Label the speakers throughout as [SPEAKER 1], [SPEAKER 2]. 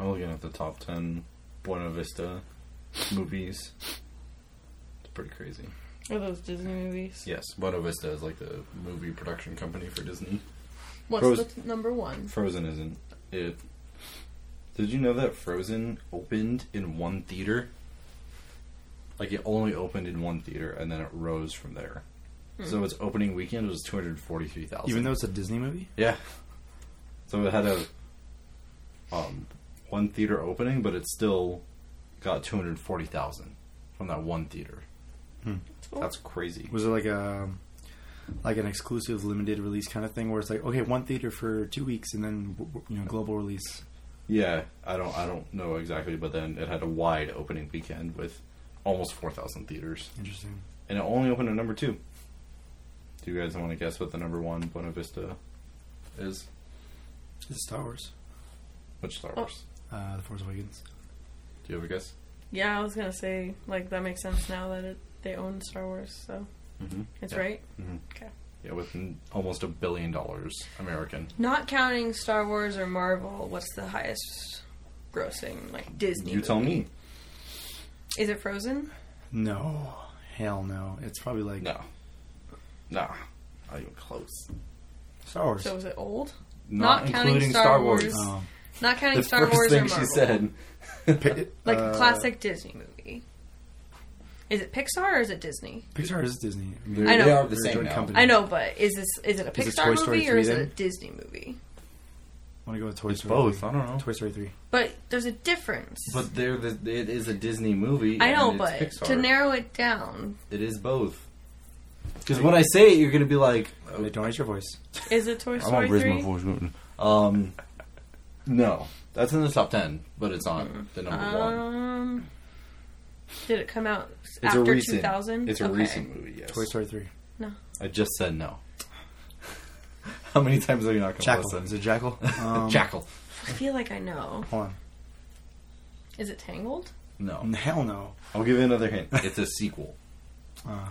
[SPEAKER 1] I'm looking at the top 10 Buena Vista movies. It's pretty crazy.
[SPEAKER 2] Are those Disney movies?
[SPEAKER 1] Yes, Buena Vista is like the movie production company for Disney.
[SPEAKER 2] What's
[SPEAKER 1] Frozen.
[SPEAKER 2] the t- number one?
[SPEAKER 1] Frozen isn't. It. Did you know that Frozen opened in one theater? Like it only opened in one theater, and then it rose from there. So its opening weekend was two hundred forty-three thousand.
[SPEAKER 3] Even though it's a Disney movie?
[SPEAKER 1] yeah. So it had a um one theater opening, but it still got two hundred forty thousand from that one theater. That's crazy.
[SPEAKER 3] Was it like a like an exclusive limited release kind of thing where it's like okay, one theater for 2 weeks and then w- w- you know global release?
[SPEAKER 1] Yeah, I don't I don't know exactly, but then it had a wide opening weekend with almost four thousand theaters.
[SPEAKER 3] Interesting.
[SPEAKER 1] and it only opened at number two. Do you guys want to guess what the number one Buena Vista is?
[SPEAKER 3] It's Star Wars.
[SPEAKER 1] Which Star
[SPEAKER 2] Oh.
[SPEAKER 1] Wars?
[SPEAKER 3] Uh, the Force Awakens.
[SPEAKER 1] Do you have a guess?
[SPEAKER 2] Yeah, I was gonna say like that makes sense now that it, they own Star Wars, so
[SPEAKER 1] Mhm.
[SPEAKER 2] it's
[SPEAKER 1] Yeah.
[SPEAKER 2] right.
[SPEAKER 1] Mhm.
[SPEAKER 2] Okay,
[SPEAKER 1] Yeah, with n- almost a billion dollars American.
[SPEAKER 2] not counting Star Wars or Marvel, what's the highest grossing like Disney?
[SPEAKER 1] You tell me.
[SPEAKER 2] Is it Frozen?
[SPEAKER 3] No. Hell no. It's probably like
[SPEAKER 1] No. Nah. Not even close.
[SPEAKER 3] Star Wars.
[SPEAKER 2] So is it old?
[SPEAKER 1] Not,
[SPEAKER 2] counting
[SPEAKER 1] including
[SPEAKER 2] Star
[SPEAKER 1] Star Wars.
[SPEAKER 2] Wars.
[SPEAKER 3] Oh.
[SPEAKER 2] Not counting
[SPEAKER 1] The
[SPEAKER 2] Star
[SPEAKER 1] first
[SPEAKER 2] Wars or
[SPEAKER 1] thing
[SPEAKER 2] Marvel.
[SPEAKER 1] she said.
[SPEAKER 3] Pi-
[SPEAKER 2] Like
[SPEAKER 3] uh,
[SPEAKER 2] a classic Disney movie. Is it Pixar or is it Disney?
[SPEAKER 3] Pixar is Disney.
[SPEAKER 2] I know.
[SPEAKER 1] They are the
[SPEAKER 3] They're a
[SPEAKER 1] same
[SPEAKER 3] joint
[SPEAKER 1] now.
[SPEAKER 3] company.
[SPEAKER 2] I know, but is this is it a
[SPEAKER 3] Is it
[SPEAKER 2] Pixar
[SPEAKER 3] Toy
[SPEAKER 2] movie
[SPEAKER 3] Story
[SPEAKER 2] or is
[SPEAKER 3] 3
[SPEAKER 2] it a
[SPEAKER 3] then?
[SPEAKER 2] Disney movie?
[SPEAKER 3] want to go with Toy
[SPEAKER 1] It's
[SPEAKER 3] Story.
[SPEAKER 1] both.
[SPEAKER 3] three.
[SPEAKER 1] I don't know.
[SPEAKER 3] Toy Story 3.
[SPEAKER 2] But there's a difference.
[SPEAKER 1] But they're the, it is a Disney movie.
[SPEAKER 2] I know,
[SPEAKER 1] and it's
[SPEAKER 2] but
[SPEAKER 1] Pixar.
[SPEAKER 2] to narrow it down,
[SPEAKER 1] it is both. Because when I say it, you're gonna be like,
[SPEAKER 3] Hey, don't raise your voice.
[SPEAKER 2] is it Toy
[SPEAKER 1] I won't
[SPEAKER 2] Story
[SPEAKER 1] raise my
[SPEAKER 2] 3?
[SPEAKER 1] voice. wouldn't I? Um, no, that's in the top ten, but it's not
[SPEAKER 2] Mm.
[SPEAKER 1] the number one.
[SPEAKER 2] Um, did it come out
[SPEAKER 1] It's a
[SPEAKER 2] after
[SPEAKER 1] recent.
[SPEAKER 2] 2000?
[SPEAKER 1] It's a
[SPEAKER 2] Okay.
[SPEAKER 1] recent movie. Yes,
[SPEAKER 3] Toy Story 3.
[SPEAKER 1] I just said no. How many times are you not going to
[SPEAKER 3] Jackal.
[SPEAKER 1] listen?
[SPEAKER 3] Is it Jackal? Um,
[SPEAKER 1] Jackal.
[SPEAKER 2] I feel like I know.
[SPEAKER 3] Hold on.
[SPEAKER 2] Is it Tangled?
[SPEAKER 1] No,
[SPEAKER 3] Hell no.
[SPEAKER 1] I'll give you another hint. It's a sequel.
[SPEAKER 3] Uh,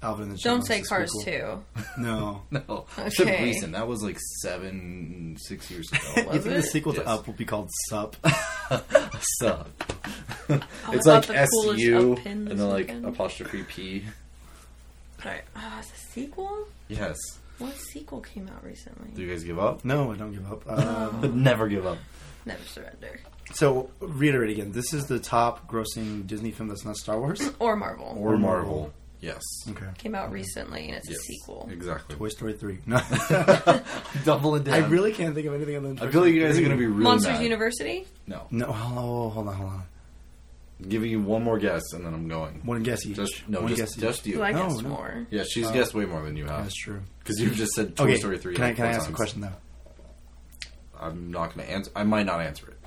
[SPEAKER 3] Alvin and the
[SPEAKER 2] Don't
[SPEAKER 3] Chipmunks
[SPEAKER 2] say
[SPEAKER 3] is
[SPEAKER 2] Cars
[SPEAKER 3] prequel.
[SPEAKER 2] 2.
[SPEAKER 3] No.
[SPEAKER 1] No, it's
[SPEAKER 2] Okay.
[SPEAKER 1] a recent. That was like seven, six years ago.
[SPEAKER 3] you think the
[SPEAKER 2] it?
[SPEAKER 3] sequel
[SPEAKER 1] Yes.
[SPEAKER 3] to Up will be called Sup?
[SPEAKER 1] so,
[SPEAKER 2] Oh,
[SPEAKER 1] it's
[SPEAKER 2] I
[SPEAKER 1] like
[SPEAKER 2] got the coolest
[SPEAKER 1] SU
[SPEAKER 2] up pin
[SPEAKER 1] and
[SPEAKER 2] this
[SPEAKER 1] then like
[SPEAKER 2] weekend.
[SPEAKER 1] apostrophe P.
[SPEAKER 2] Sorry. Oh, it's a sequel?
[SPEAKER 1] Yes.
[SPEAKER 2] What sequel came out recently?
[SPEAKER 1] Do you guys give up?
[SPEAKER 3] No, I don't give up. Um,
[SPEAKER 1] Never give up.
[SPEAKER 2] Never Surrender.
[SPEAKER 3] so, reiterate again. This is the top grossing Disney film that's not Star Wars?
[SPEAKER 2] Or Marvel.
[SPEAKER 1] Or
[SPEAKER 3] Marvel.
[SPEAKER 1] Marvel. Yes.
[SPEAKER 3] Okay.
[SPEAKER 2] came out recently and it's a sequel.
[SPEAKER 1] Exactly.
[SPEAKER 3] Toy Story 3. No.
[SPEAKER 1] Double it down.
[SPEAKER 3] I really can't think of anything other than
[SPEAKER 1] I
[SPEAKER 3] Toy
[SPEAKER 1] feel like
[SPEAKER 3] Story
[SPEAKER 1] you guys are
[SPEAKER 3] 3.
[SPEAKER 1] going to be really
[SPEAKER 2] Monsters
[SPEAKER 1] mad.
[SPEAKER 2] University?
[SPEAKER 1] No.
[SPEAKER 3] No, oh, hold on, hold on.
[SPEAKER 1] I'm giving you one more guess, and then I'm going.
[SPEAKER 3] One guess each.
[SPEAKER 1] Just no,
[SPEAKER 3] One guess
[SPEAKER 1] just,
[SPEAKER 3] each.
[SPEAKER 1] just you.
[SPEAKER 2] Well, I
[SPEAKER 3] No,
[SPEAKER 2] guessed
[SPEAKER 3] no.
[SPEAKER 2] more.
[SPEAKER 1] yeah, she's guessed way more than you have
[SPEAKER 3] That's true.
[SPEAKER 1] because you've just said Toy
[SPEAKER 3] Uh, okay,
[SPEAKER 1] Story three.
[SPEAKER 3] Can I,
[SPEAKER 1] like
[SPEAKER 3] can I
[SPEAKER 1] four
[SPEAKER 3] ask a
[SPEAKER 1] times.
[SPEAKER 3] question, though?
[SPEAKER 1] I'm not going to answer. I might not answer it.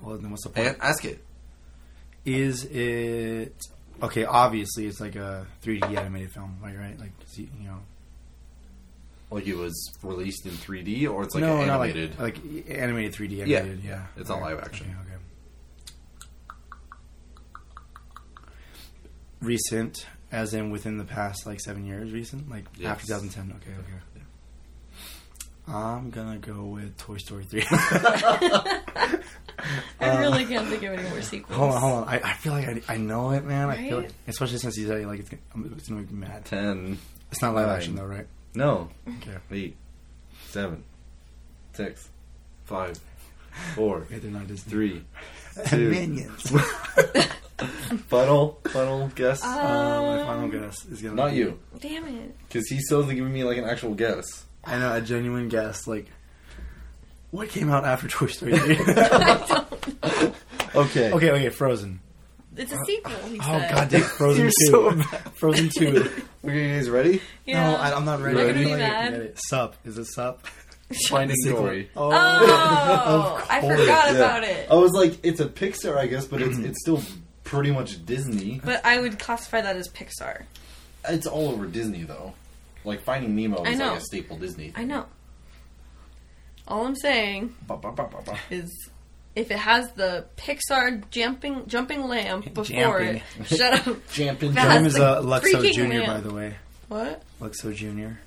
[SPEAKER 3] Well, then what's the point?
[SPEAKER 1] A- ask it.
[SPEAKER 3] Is it okay? Obviously, it's like a 3D animated film, like right? Like is he- you know,
[SPEAKER 1] Like it was released in 3D, or it's like
[SPEAKER 3] no,
[SPEAKER 1] an
[SPEAKER 3] not
[SPEAKER 1] animated.
[SPEAKER 3] like like animated 3D animated. Yeah,
[SPEAKER 1] yeah. It's not
[SPEAKER 3] Okay,
[SPEAKER 1] live action.
[SPEAKER 3] Okay, okay. Recent, as in within the past like seven years. Recent, like
[SPEAKER 1] Yes.
[SPEAKER 3] after 2010. Okay, okay.
[SPEAKER 1] Yeah.
[SPEAKER 3] I'm gonna go with Toy Story 3.
[SPEAKER 2] I really can't think of any more sequels.
[SPEAKER 3] hold on, hold on. I, I feel like I, I know it, man. I feel
[SPEAKER 2] Right?
[SPEAKER 3] like, especially since he's like it's gonna, I'm- it's gonna make me mad.
[SPEAKER 1] Ten.
[SPEAKER 3] It's not live action
[SPEAKER 1] Nine.
[SPEAKER 3] though, right?
[SPEAKER 1] No.
[SPEAKER 3] Okay.
[SPEAKER 1] Eight. Seven. Six. Five. Four.
[SPEAKER 3] Wait, they're not Disney.
[SPEAKER 1] Three. two.
[SPEAKER 3] Minions.
[SPEAKER 1] Funnel. Funnel guess.
[SPEAKER 3] Uh,
[SPEAKER 2] Um,
[SPEAKER 3] my final guess is gonna
[SPEAKER 1] not
[SPEAKER 3] be-
[SPEAKER 1] you,
[SPEAKER 2] Damn it.
[SPEAKER 1] because he still hasn't given me like an actual guess.
[SPEAKER 3] I know a genuine guess. Like, what came out after Toy Story? 3?
[SPEAKER 1] Okay.
[SPEAKER 3] okay, okay, Frozen.
[SPEAKER 2] It's a sequel, he
[SPEAKER 3] Oh
[SPEAKER 2] said.
[SPEAKER 3] god, damn, Frozen
[SPEAKER 1] You're
[SPEAKER 3] two.
[SPEAKER 1] so
[SPEAKER 3] Frozen two.
[SPEAKER 1] Okay, you guys ready?
[SPEAKER 2] Yeah.
[SPEAKER 3] No, I, I'm not ready.
[SPEAKER 1] You're
[SPEAKER 3] I feel
[SPEAKER 1] gonna
[SPEAKER 2] be
[SPEAKER 3] like I can
[SPEAKER 2] mad.
[SPEAKER 3] get it. Sup? Is it sup?
[SPEAKER 1] Finding
[SPEAKER 3] Sequel.
[SPEAKER 1] Dory.
[SPEAKER 3] Oh,
[SPEAKER 2] Oh, I
[SPEAKER 3] course,
[SPEAKER 2] forgot
[SPEAKER 1] Yeah. Oh.
[SPEAKER 2] about it.
[SPEAKER 1] I was like, it's a Pixar, I guess, but it's
[SPEAKER 3] Mm-hmm.
[SPEAKER 1] it's still pretty much Disney.
[SPEAKER 2] But I would classify that as Pixar.
[SPEAKER 1] It's all over Disney though. Like Finding Nemo
[SPEAKER 2] I
[SPEAKER 1] is
[SPEAKER 2] know.
[SPEAKER 1] like a staple Disney.
[SPEAKER 2] I know. All I'm saying
[SPEAKER 1] Ba, ba, ba, ba, ba.
[SPEAKER 2] is if it has the Pixar jumping jumping lamp before
[SPEAKER 3] Jumping.
[SPEAKER 2] it, shut up.
[SPEAKER 1] Jumping.
[SPEAKER 2] That
[SPEAKER 3] Jim
[SPEAKER 2] has
[SPEAKER 3] is
[SPEAKER 2] the
[SPEAKER 3] uh, Luxo
[SPEAKER 2] freaking
[SPEAKER 3] Junior,
[SPEAKER 2] lamp.
[SPEAKER 3] by the way.
[SPEAKER 2] What?
[SPEAKER 3] Luxo Junior.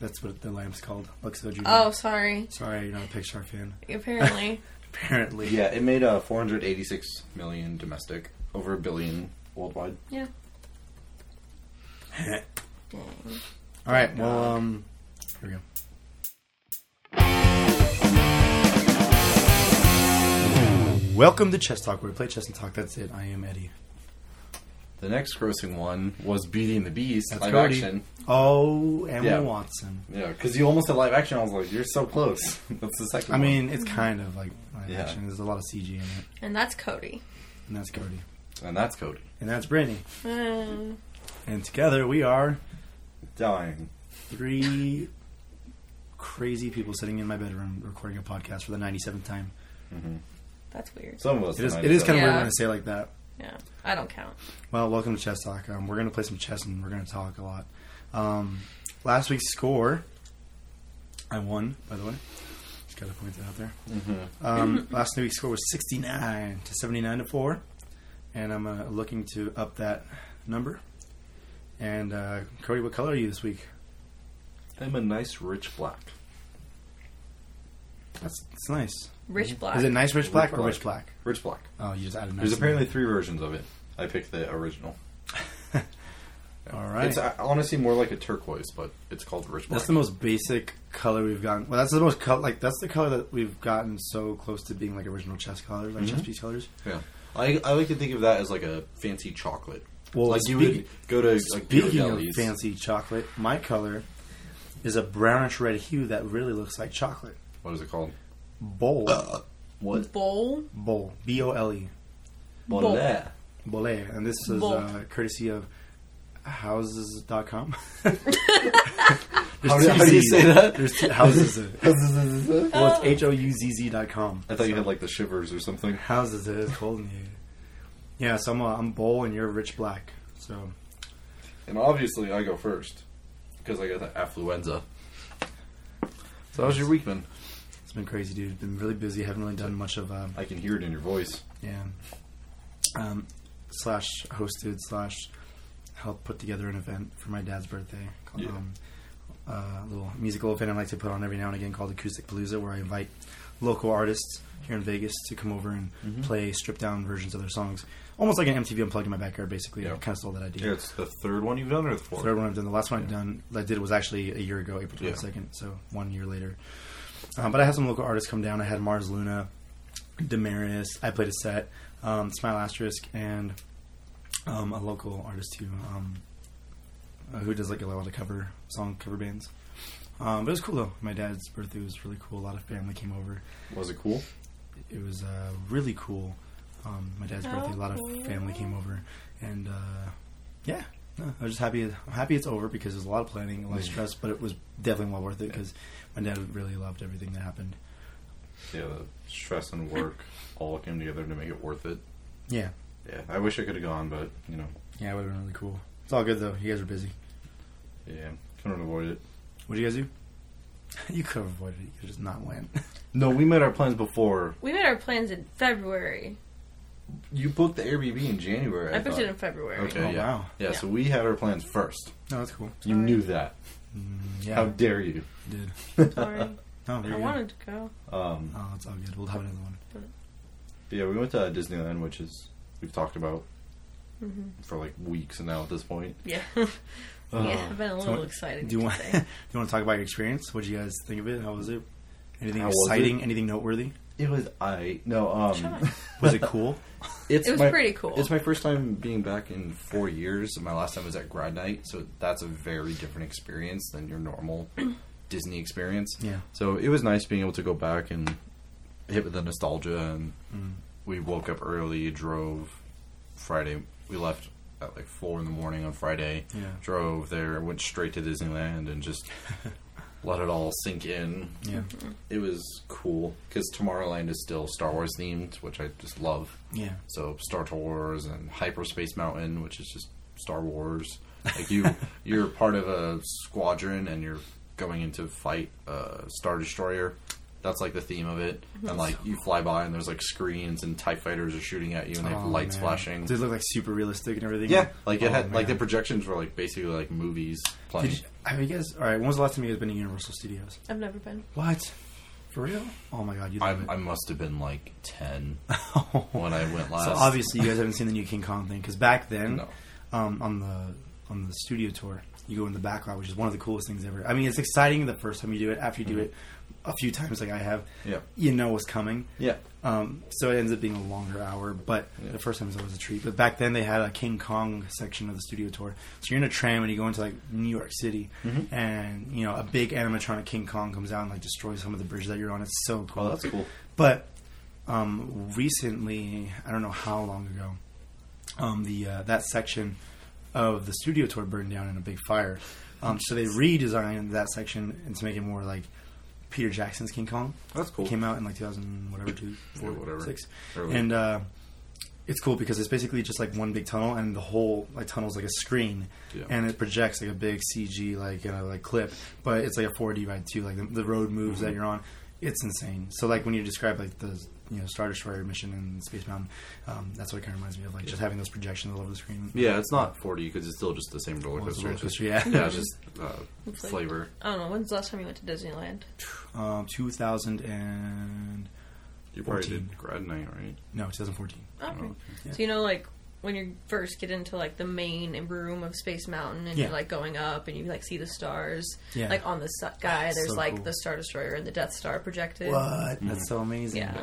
[SPEAKER 3] That's what the lamp's called. Luxo Junior.
[SPEAKER 2] Oh, sorry.
[SPEAKER 3] sorry, you're not a Pixar fan.
[SPEAKER 2] Apparently,
[SPEAKER 3] apparently.
[SPEAKER 1] Yeah, it made uh, 486 million domestic, over a billion worldwide.
[SPEAKER 2] Yeah.
[SPEAKER 3] All
[SPEAKER 2] Dang.
[SPEAKER 3] right. Well, um, here we go. Welcome to Chess Talk, where we play chess and talk. That's it. I am Eddie.
[SPEAKER 1] The next grossing one was Beauty and the Beast
[SPEAKER 3] That's
[SPEAKER 1] live
[SPEAKER 3] Cody.
[SPEAKER 1] action.
[SPEAKER 3] Oh, Emma
[SPEAKER 1] Yeah.
[SPEAKER 3] Watson.
[SPEAKER 1] Yeah, because you almost said live action. I was like, you're so close. That's the second.
[SPEAKER 3] I
[SPEAKER 1] one.
[SPEAKER 3] mean, it's kind of like live
[SPEAKER 1] Yeah.
[SPEAKER 3] action. There's a lot of CG in it,
[SPEAKER 2] And that's Cody.
[SPEAKER 3] and that's Cody,
[SPEAKER 1] and that's Cody
[SPEAKER 3] and that's Brittany,
[SPEAKER 2] Uh,
[SPEAKER 3] and together we are
[SPEAKER 1] dying.
[SPEAKER 3] three crazy people sitting in my bedroom recording a podcast for the 97th time.
[SPEAKER 2] that's weird.
[SPEAKER 1] Some of us.
[SPEAKER 3] It is.
[SPEAKER 1] tonight
[SPEAKER 3] It is
[SPEAKER 1] are
[SPEAKER 3] kind of
[SPEAKER 2] Yeah.
[SPEAKER 3] weird when I say it like that.
[SPEAKER 2] Yeah. I don't count.
[SPEAKER 3] Well, welcome to Chess Talk. Um, we're going to play some chess and we're going to talk a lot. Um, last week's score, I won, by the way. Just got to point that out there.
[SPEAKER 1] Mm-hmm.
[SPEAKER 3] Um, last week's score was 69 to 79 to 4. And I'm uh, looking to up that number. And uh, Cody, what color are you this week?
[SPEAKER 1] I'm a nice rich black.
[SPEAKER 3] That's, that's nice.
[SPEAKER 2] Rich Black.
[SPEAKER 3] Is it nice rich black or
[SPEAKER 1] Black.
[SPEAKER 3] rich black?
[SPEAKER 1] Rich black.
[SPEAKER 3] Oh, you just added nice.
[SPEAKER 1] There's
[SPEAKER 3] in
[SPEAKER 1] apparently three versions of it. I picked the original.
[SPEAKER 3] there. All right.
[SPEAKER 1] It's uh, honestly more like a turquoise, but it's called rich black.
[SPEAKER 3] That's the most basic color we've gotten. Well, that's the most col- like that's the color that we've gotten so close to being like original chess colors, like
[SPEAKER 1] Mm-hmm.
[SPEAKER 3] chess piece colors.
[SPEAKER 1] yeah. I, I like to think of that as like a fancy chocolate.
[SPEAKER 3] Well,
[SPEAKER 1] like you
[SPEAKER 3] speak-
[SPEAKER 1] would go to like
[SPEAKER 3] Speaking of
[SPEAKER 1] Ghirardelli's.
[SPEAKER 3] fancy chocolate, my color is a brownish red hue that really looks like chocolate.
[SPEAKER 1] What is it called?
[SPEAKER 3] Bowl,
[SPEAKER 1] Uh. What?
[SPEAKER 2] Bowl?
[SPEAKER 3] bowl, b o l e,
[SPEAKER 2] Bol-
[SPEAKER 1] Bolet.
[SPEAKER 3] bowl. And this is
[SPEAKER 2] Bowl.
[SPEAKER 3] uh, courtesy of houses.com. There's
[SPEAKER 1] How
[SPEAKER 3] two
[SPEAKER 1] do- how do you
[SPEAKER 3] Zs.
[SPEAKER 1] say that?
[SPEAKER 3] There's two houses.
[SPEAKER 1] I
[SPEAKER 3] well, it's h o u z z dot com.
[SPEAKER 1] thought you had like the shivers or something.
[SPEAKER 3] Houses it is cold in here. Yeah, so I'm uh, I'm bowl and you're rich black. So
[SPEAKER 1] And obviously, I go first because I got the affluenza. So how's your week been?
[SPEAKER 3] it's been crazy, dude. Been really busy. Haven't really done much of uh,
[SPEAKER 1] I can hear it in your voice.
[SPEAKER 3] yeah. Um, slash hosted slash helped put together an event for my dad's birthday. Called,
[SPEAKER 1] Yeah.
[SPEAKER 3] um, uh, a little musical event I like to put on every now and again called Acoustic Palooza, where I invite local artists here in Vegas to come over and
[SPEAKER 1] Mm-hmm.
[SPEAKER 3] play stripped down versions of their songs, almost like an MTV Unplugged in my backyard. Basically, I
[SPEAKER 1] Yeah.
[SPEAKER 3] kind of stole that idea.
[SPEAKER 1] Yeah, it's the third one you've done or the fourth?
[SPEAKER 3] third one I've done. The last one I've done that I did was actually a year ago, April
[SPEAKER 1] Yeah.
[SPEAKER 3] twenty second. So one year later. Um, but I had some local artists come down. I had Mars Luna, Damaris. I played a set. Um, Smile Asterisk and um, a local artist too, um, uh, who does like a lot of cover song cover bands. Um, but it was cool though. My dad's birthday was really cool. A lot of family came over.
[SPEAKER 1] Was it cool?
[SPEAKER 3] It was uh, really cool. Um, my dad's birthday. A lot of family came over, and uh, yeah, no, I was just happy. I'm happy it's over because there's a lot of planning, a lot of stress, but it was definitely well worth it because my dad really loved everything that happened.
[SPEAKER 1] Yeah, the stress and work all came together to make it worth it.
[SPEAKER 3] Yeah,
[SPEAKER 1] Yeah, I wish I could have gone, but you know,
[SPEAKER 3] yeah, it would have been really cool. It's all good though. You guys are busy.
[SPEAKER 1] yeah, couldn't avoid it.
[SPEAKER 3] What do you guys do? You could have avoided it. You could just not went.
[SPEAKER 1] No, we made our plans before.
[SPEAKER 2] We made our plans in February.
[SPEAKER 1] You booked the Airbnb in January.
[SPEAKER 2] I, booked
[SPEAKER 1] thought.
[SPEAKER 2] it in February.
[SPEAKER 1] Okay,
[SPEAKER 3] Oh,
[SPEAKER 1] yeah.
[SPEAKER 3] wow.
[SPEAKER 1] yeah,
[SPEAKER 2] Yeah.
[SPEAKER 1] So we had our plans first.
[SPEAKER 3] No, that's cool.
[SPEAKER 1] You knew that.
[SPEAKER 3] Mm, Yeah,
[SPEAKER 1] How dare you?
[SPEAKER 3] I did.
[SPEAKER 2] Sorry.
[SPEAKER 3] No,
[SPEAKER 2] I
[SPEAKER 3] you're good.
[SPEAKER 2] wanted to go.
[SPEAKER 1] Um,
[SPEAKER 3] Oh, it's all good. We'll have another one.
[SPEAKER 1] But yeah, we went to Disneyland, which is we've talked about
[SPEAKER 2] Mm-hmm.
[SPEAKER 1] for like weeks now at this point.
[SPEAKER 2] Yeah.
[SPEAKER 1] Uh,
[SPEAKER 2] yeah, I've been a
[SPEAKER 3] So
[SPEAKER 2] little
[SPEAKER 3] what-
[SPEAKER 2] excited.
[SPEAKER 3] Do you want?
[SPEAKER 2] today.
[SPEAKER 3] do you want to talk about your experience? What did you guys think of it? How was it? Anything
[SPEAKER 1] How was
[SPEAKER 3] exciting? Anything noteworthy?
[SPEAKER 1] It was I no um.
[SPEAKER 2] Sure.
[SPEAKER 3] Was it cool?
[SPEAKER 1] It's
[SPEAKER 2] It was
[SPEAKER 1] my-
[SPEAKER 2] pretty cool.
[SPEAKER 1] It's my first time being back in four years. My last time was at grad night, so that's a very different experience than your normal Disney experience.
[SPEAKER 3] Yeah.
[SPEAKER 1] So it was nice being able to go back and hit with the nostalgia. And
[SPEAKER 3] Mm.
[SPEAKER 1] we woke up early, drove Friday. We left at like four in the morning on Friday.
[SPEAKER 3] Yeah.
[SPEAKER 1] Drove there, went straight to Disneyland, and just let it all sink in.
[SPEAKER 3] Yeah.
[SPEAKER 1] It was cool because Tomorrowland is still Star Wars themed, which I just love.
[SPEAKER 3] Yeah.
[SPEAKER 1] So Star Tours and Hyperspace Mountain, which is just Star Wars. Like you, you're part of a squadron and you're going into fight a Star Destroyer. That's like the theme of it.
[SPEAKER 3] Mhm.
[SPEAKER 1] And like you fly by and there's like screens and Tie Fighters are shooting at you and they have
[SPEAKER 3] Oh,
[SPEAKER 1] lights
[SPEAKER 3] man.
[SPEAKER 1] flashing.
[SPEAKER 3] Did it look like super realistic and everything?
[SPEAKER 1] Yeah, like it
[SPEAKER 3] Oh,
[SPEAKER 1] had like the
[SPEAKER 3] man.
[SPEAKER 1] projections were like basically like movies playing.
[SPEAKER 3] Did you, have you guys? All right. When was the last time you guys been to Universal Studios?
[SPEAKER 2] I've never been.
[SPEAKER 3] What? For real? Oh my god, you
[SPEAKER 1] I,
[SPEAKER 3] love it.
[SPEAKER 1] I must have been like ten
[SPEAKER 3] Oh.
[SPEAKER 1] when I went last.
[SPEAKER 3] So obviously you guys haven't seen the new King Kong thing because back then,
[SPEAKER 1] No.
[SPEAKER 3] um, on the on the studio tour, you go in the back lot, which is one of the coolest things ever. I mean, it's exciting the first time you do it. After you do it a few times, like I have,
[SPEAKER 1] Mm-hmm. Yeah.
[SPEAKER 3] you know what's coming.
[SPEAKER 1] yeah,
[SPEAKER 3] Um, so it ends up being a longer hour, but
[SPEAKER 1] Yeah.
[SPEAKER 3] the first time was always a treat. But back then they had a King Kong section of the studio tour. So you're in a tram and you go into like New York City,
[SPEAKER 1] Mm-hmm.
[SPEAKER 3] and you know a big animatronic King Kong comes out and like destroys some of the bridges that you're on. It's so cool.
[SPEAKER 1] well, Oh, that's cool.
[SPEAKER 3] But um, recently, I don't know how long ago, um, the uh, that section of the studio tour burned down in a big fire. Um, so they redesigned that section and to make it more like Peter Jackson's King Kong.
[SPEAKER 1] That's cool.
[SPEAKER 3] It came out in like 2000 whatever two four,
[SPEAKER 1] Yeah, whatever.
[SPEAKER 3] six,
[SPEAKER 1] Early.
[SPEAKER 3] and uh, it's cool because it's basically just like one big tunnel, and the whole like tunnel's like a screen,
[SPEAKER 1] Yeah.
[SPEAKER 3] and it projects like a big CG like you know, like clip, but it's like a 4D ride too. Like the, the road moves
[SPEAKER 1] Mm-hmm.
[SPEAKER 3] that you're on, it's insane. So like when you describe like the you know Star Destroyer mission in Space Mountain, um, that's what it kind of reminds me of, like just having those projections all over the screen.
[SPEAKER 1] Yeah, it's not forty because it's still just the same roller
[SPEAKER 3] Well, it's a
[SPEAKER 1] coaster.
[SPEAKER 3] roller
[SPEAKER 1] It's just-
[SPEAKER 3] coaster, yeah.
[SPEAKER 1] yeah, it's just uh,
[SPEAKER 2] It's like-
[SPEAKER 1] flavor.
[SPEAKER 2] I don't know. When's the last time you went to Disneyland?
[SPEAKER 3] Um, 2000 and
[SPEAKER 1] You probably
[SPEAKER 3] 14.
[SPEAKER 1] did grad night, right? Oh,
[SPEAKER 3] no 2014.
[SPEAKER 2] Okay.
[SPEAKER 3] Oh, yeah.
[SPEAKER 2] So you know, like when you first get into like the main room of Space Mountain, and
[SPEAKER 3] Yeah.
[SPEAKER 2] you're like going up, and you like see the stars.
[SPEAKER 3] Yeah.
[SPEAKER 2] Like on the su- guy, there's
[SPEAKER 3] so
[SPEAKER 2] like
[SPEAKER 3] cool.
[SPEAKER 2] the Star Destroyer and the Death Star projected.
[SPEAKER 3] What? That's so amazing.
[SPEAKER 2] Yeah.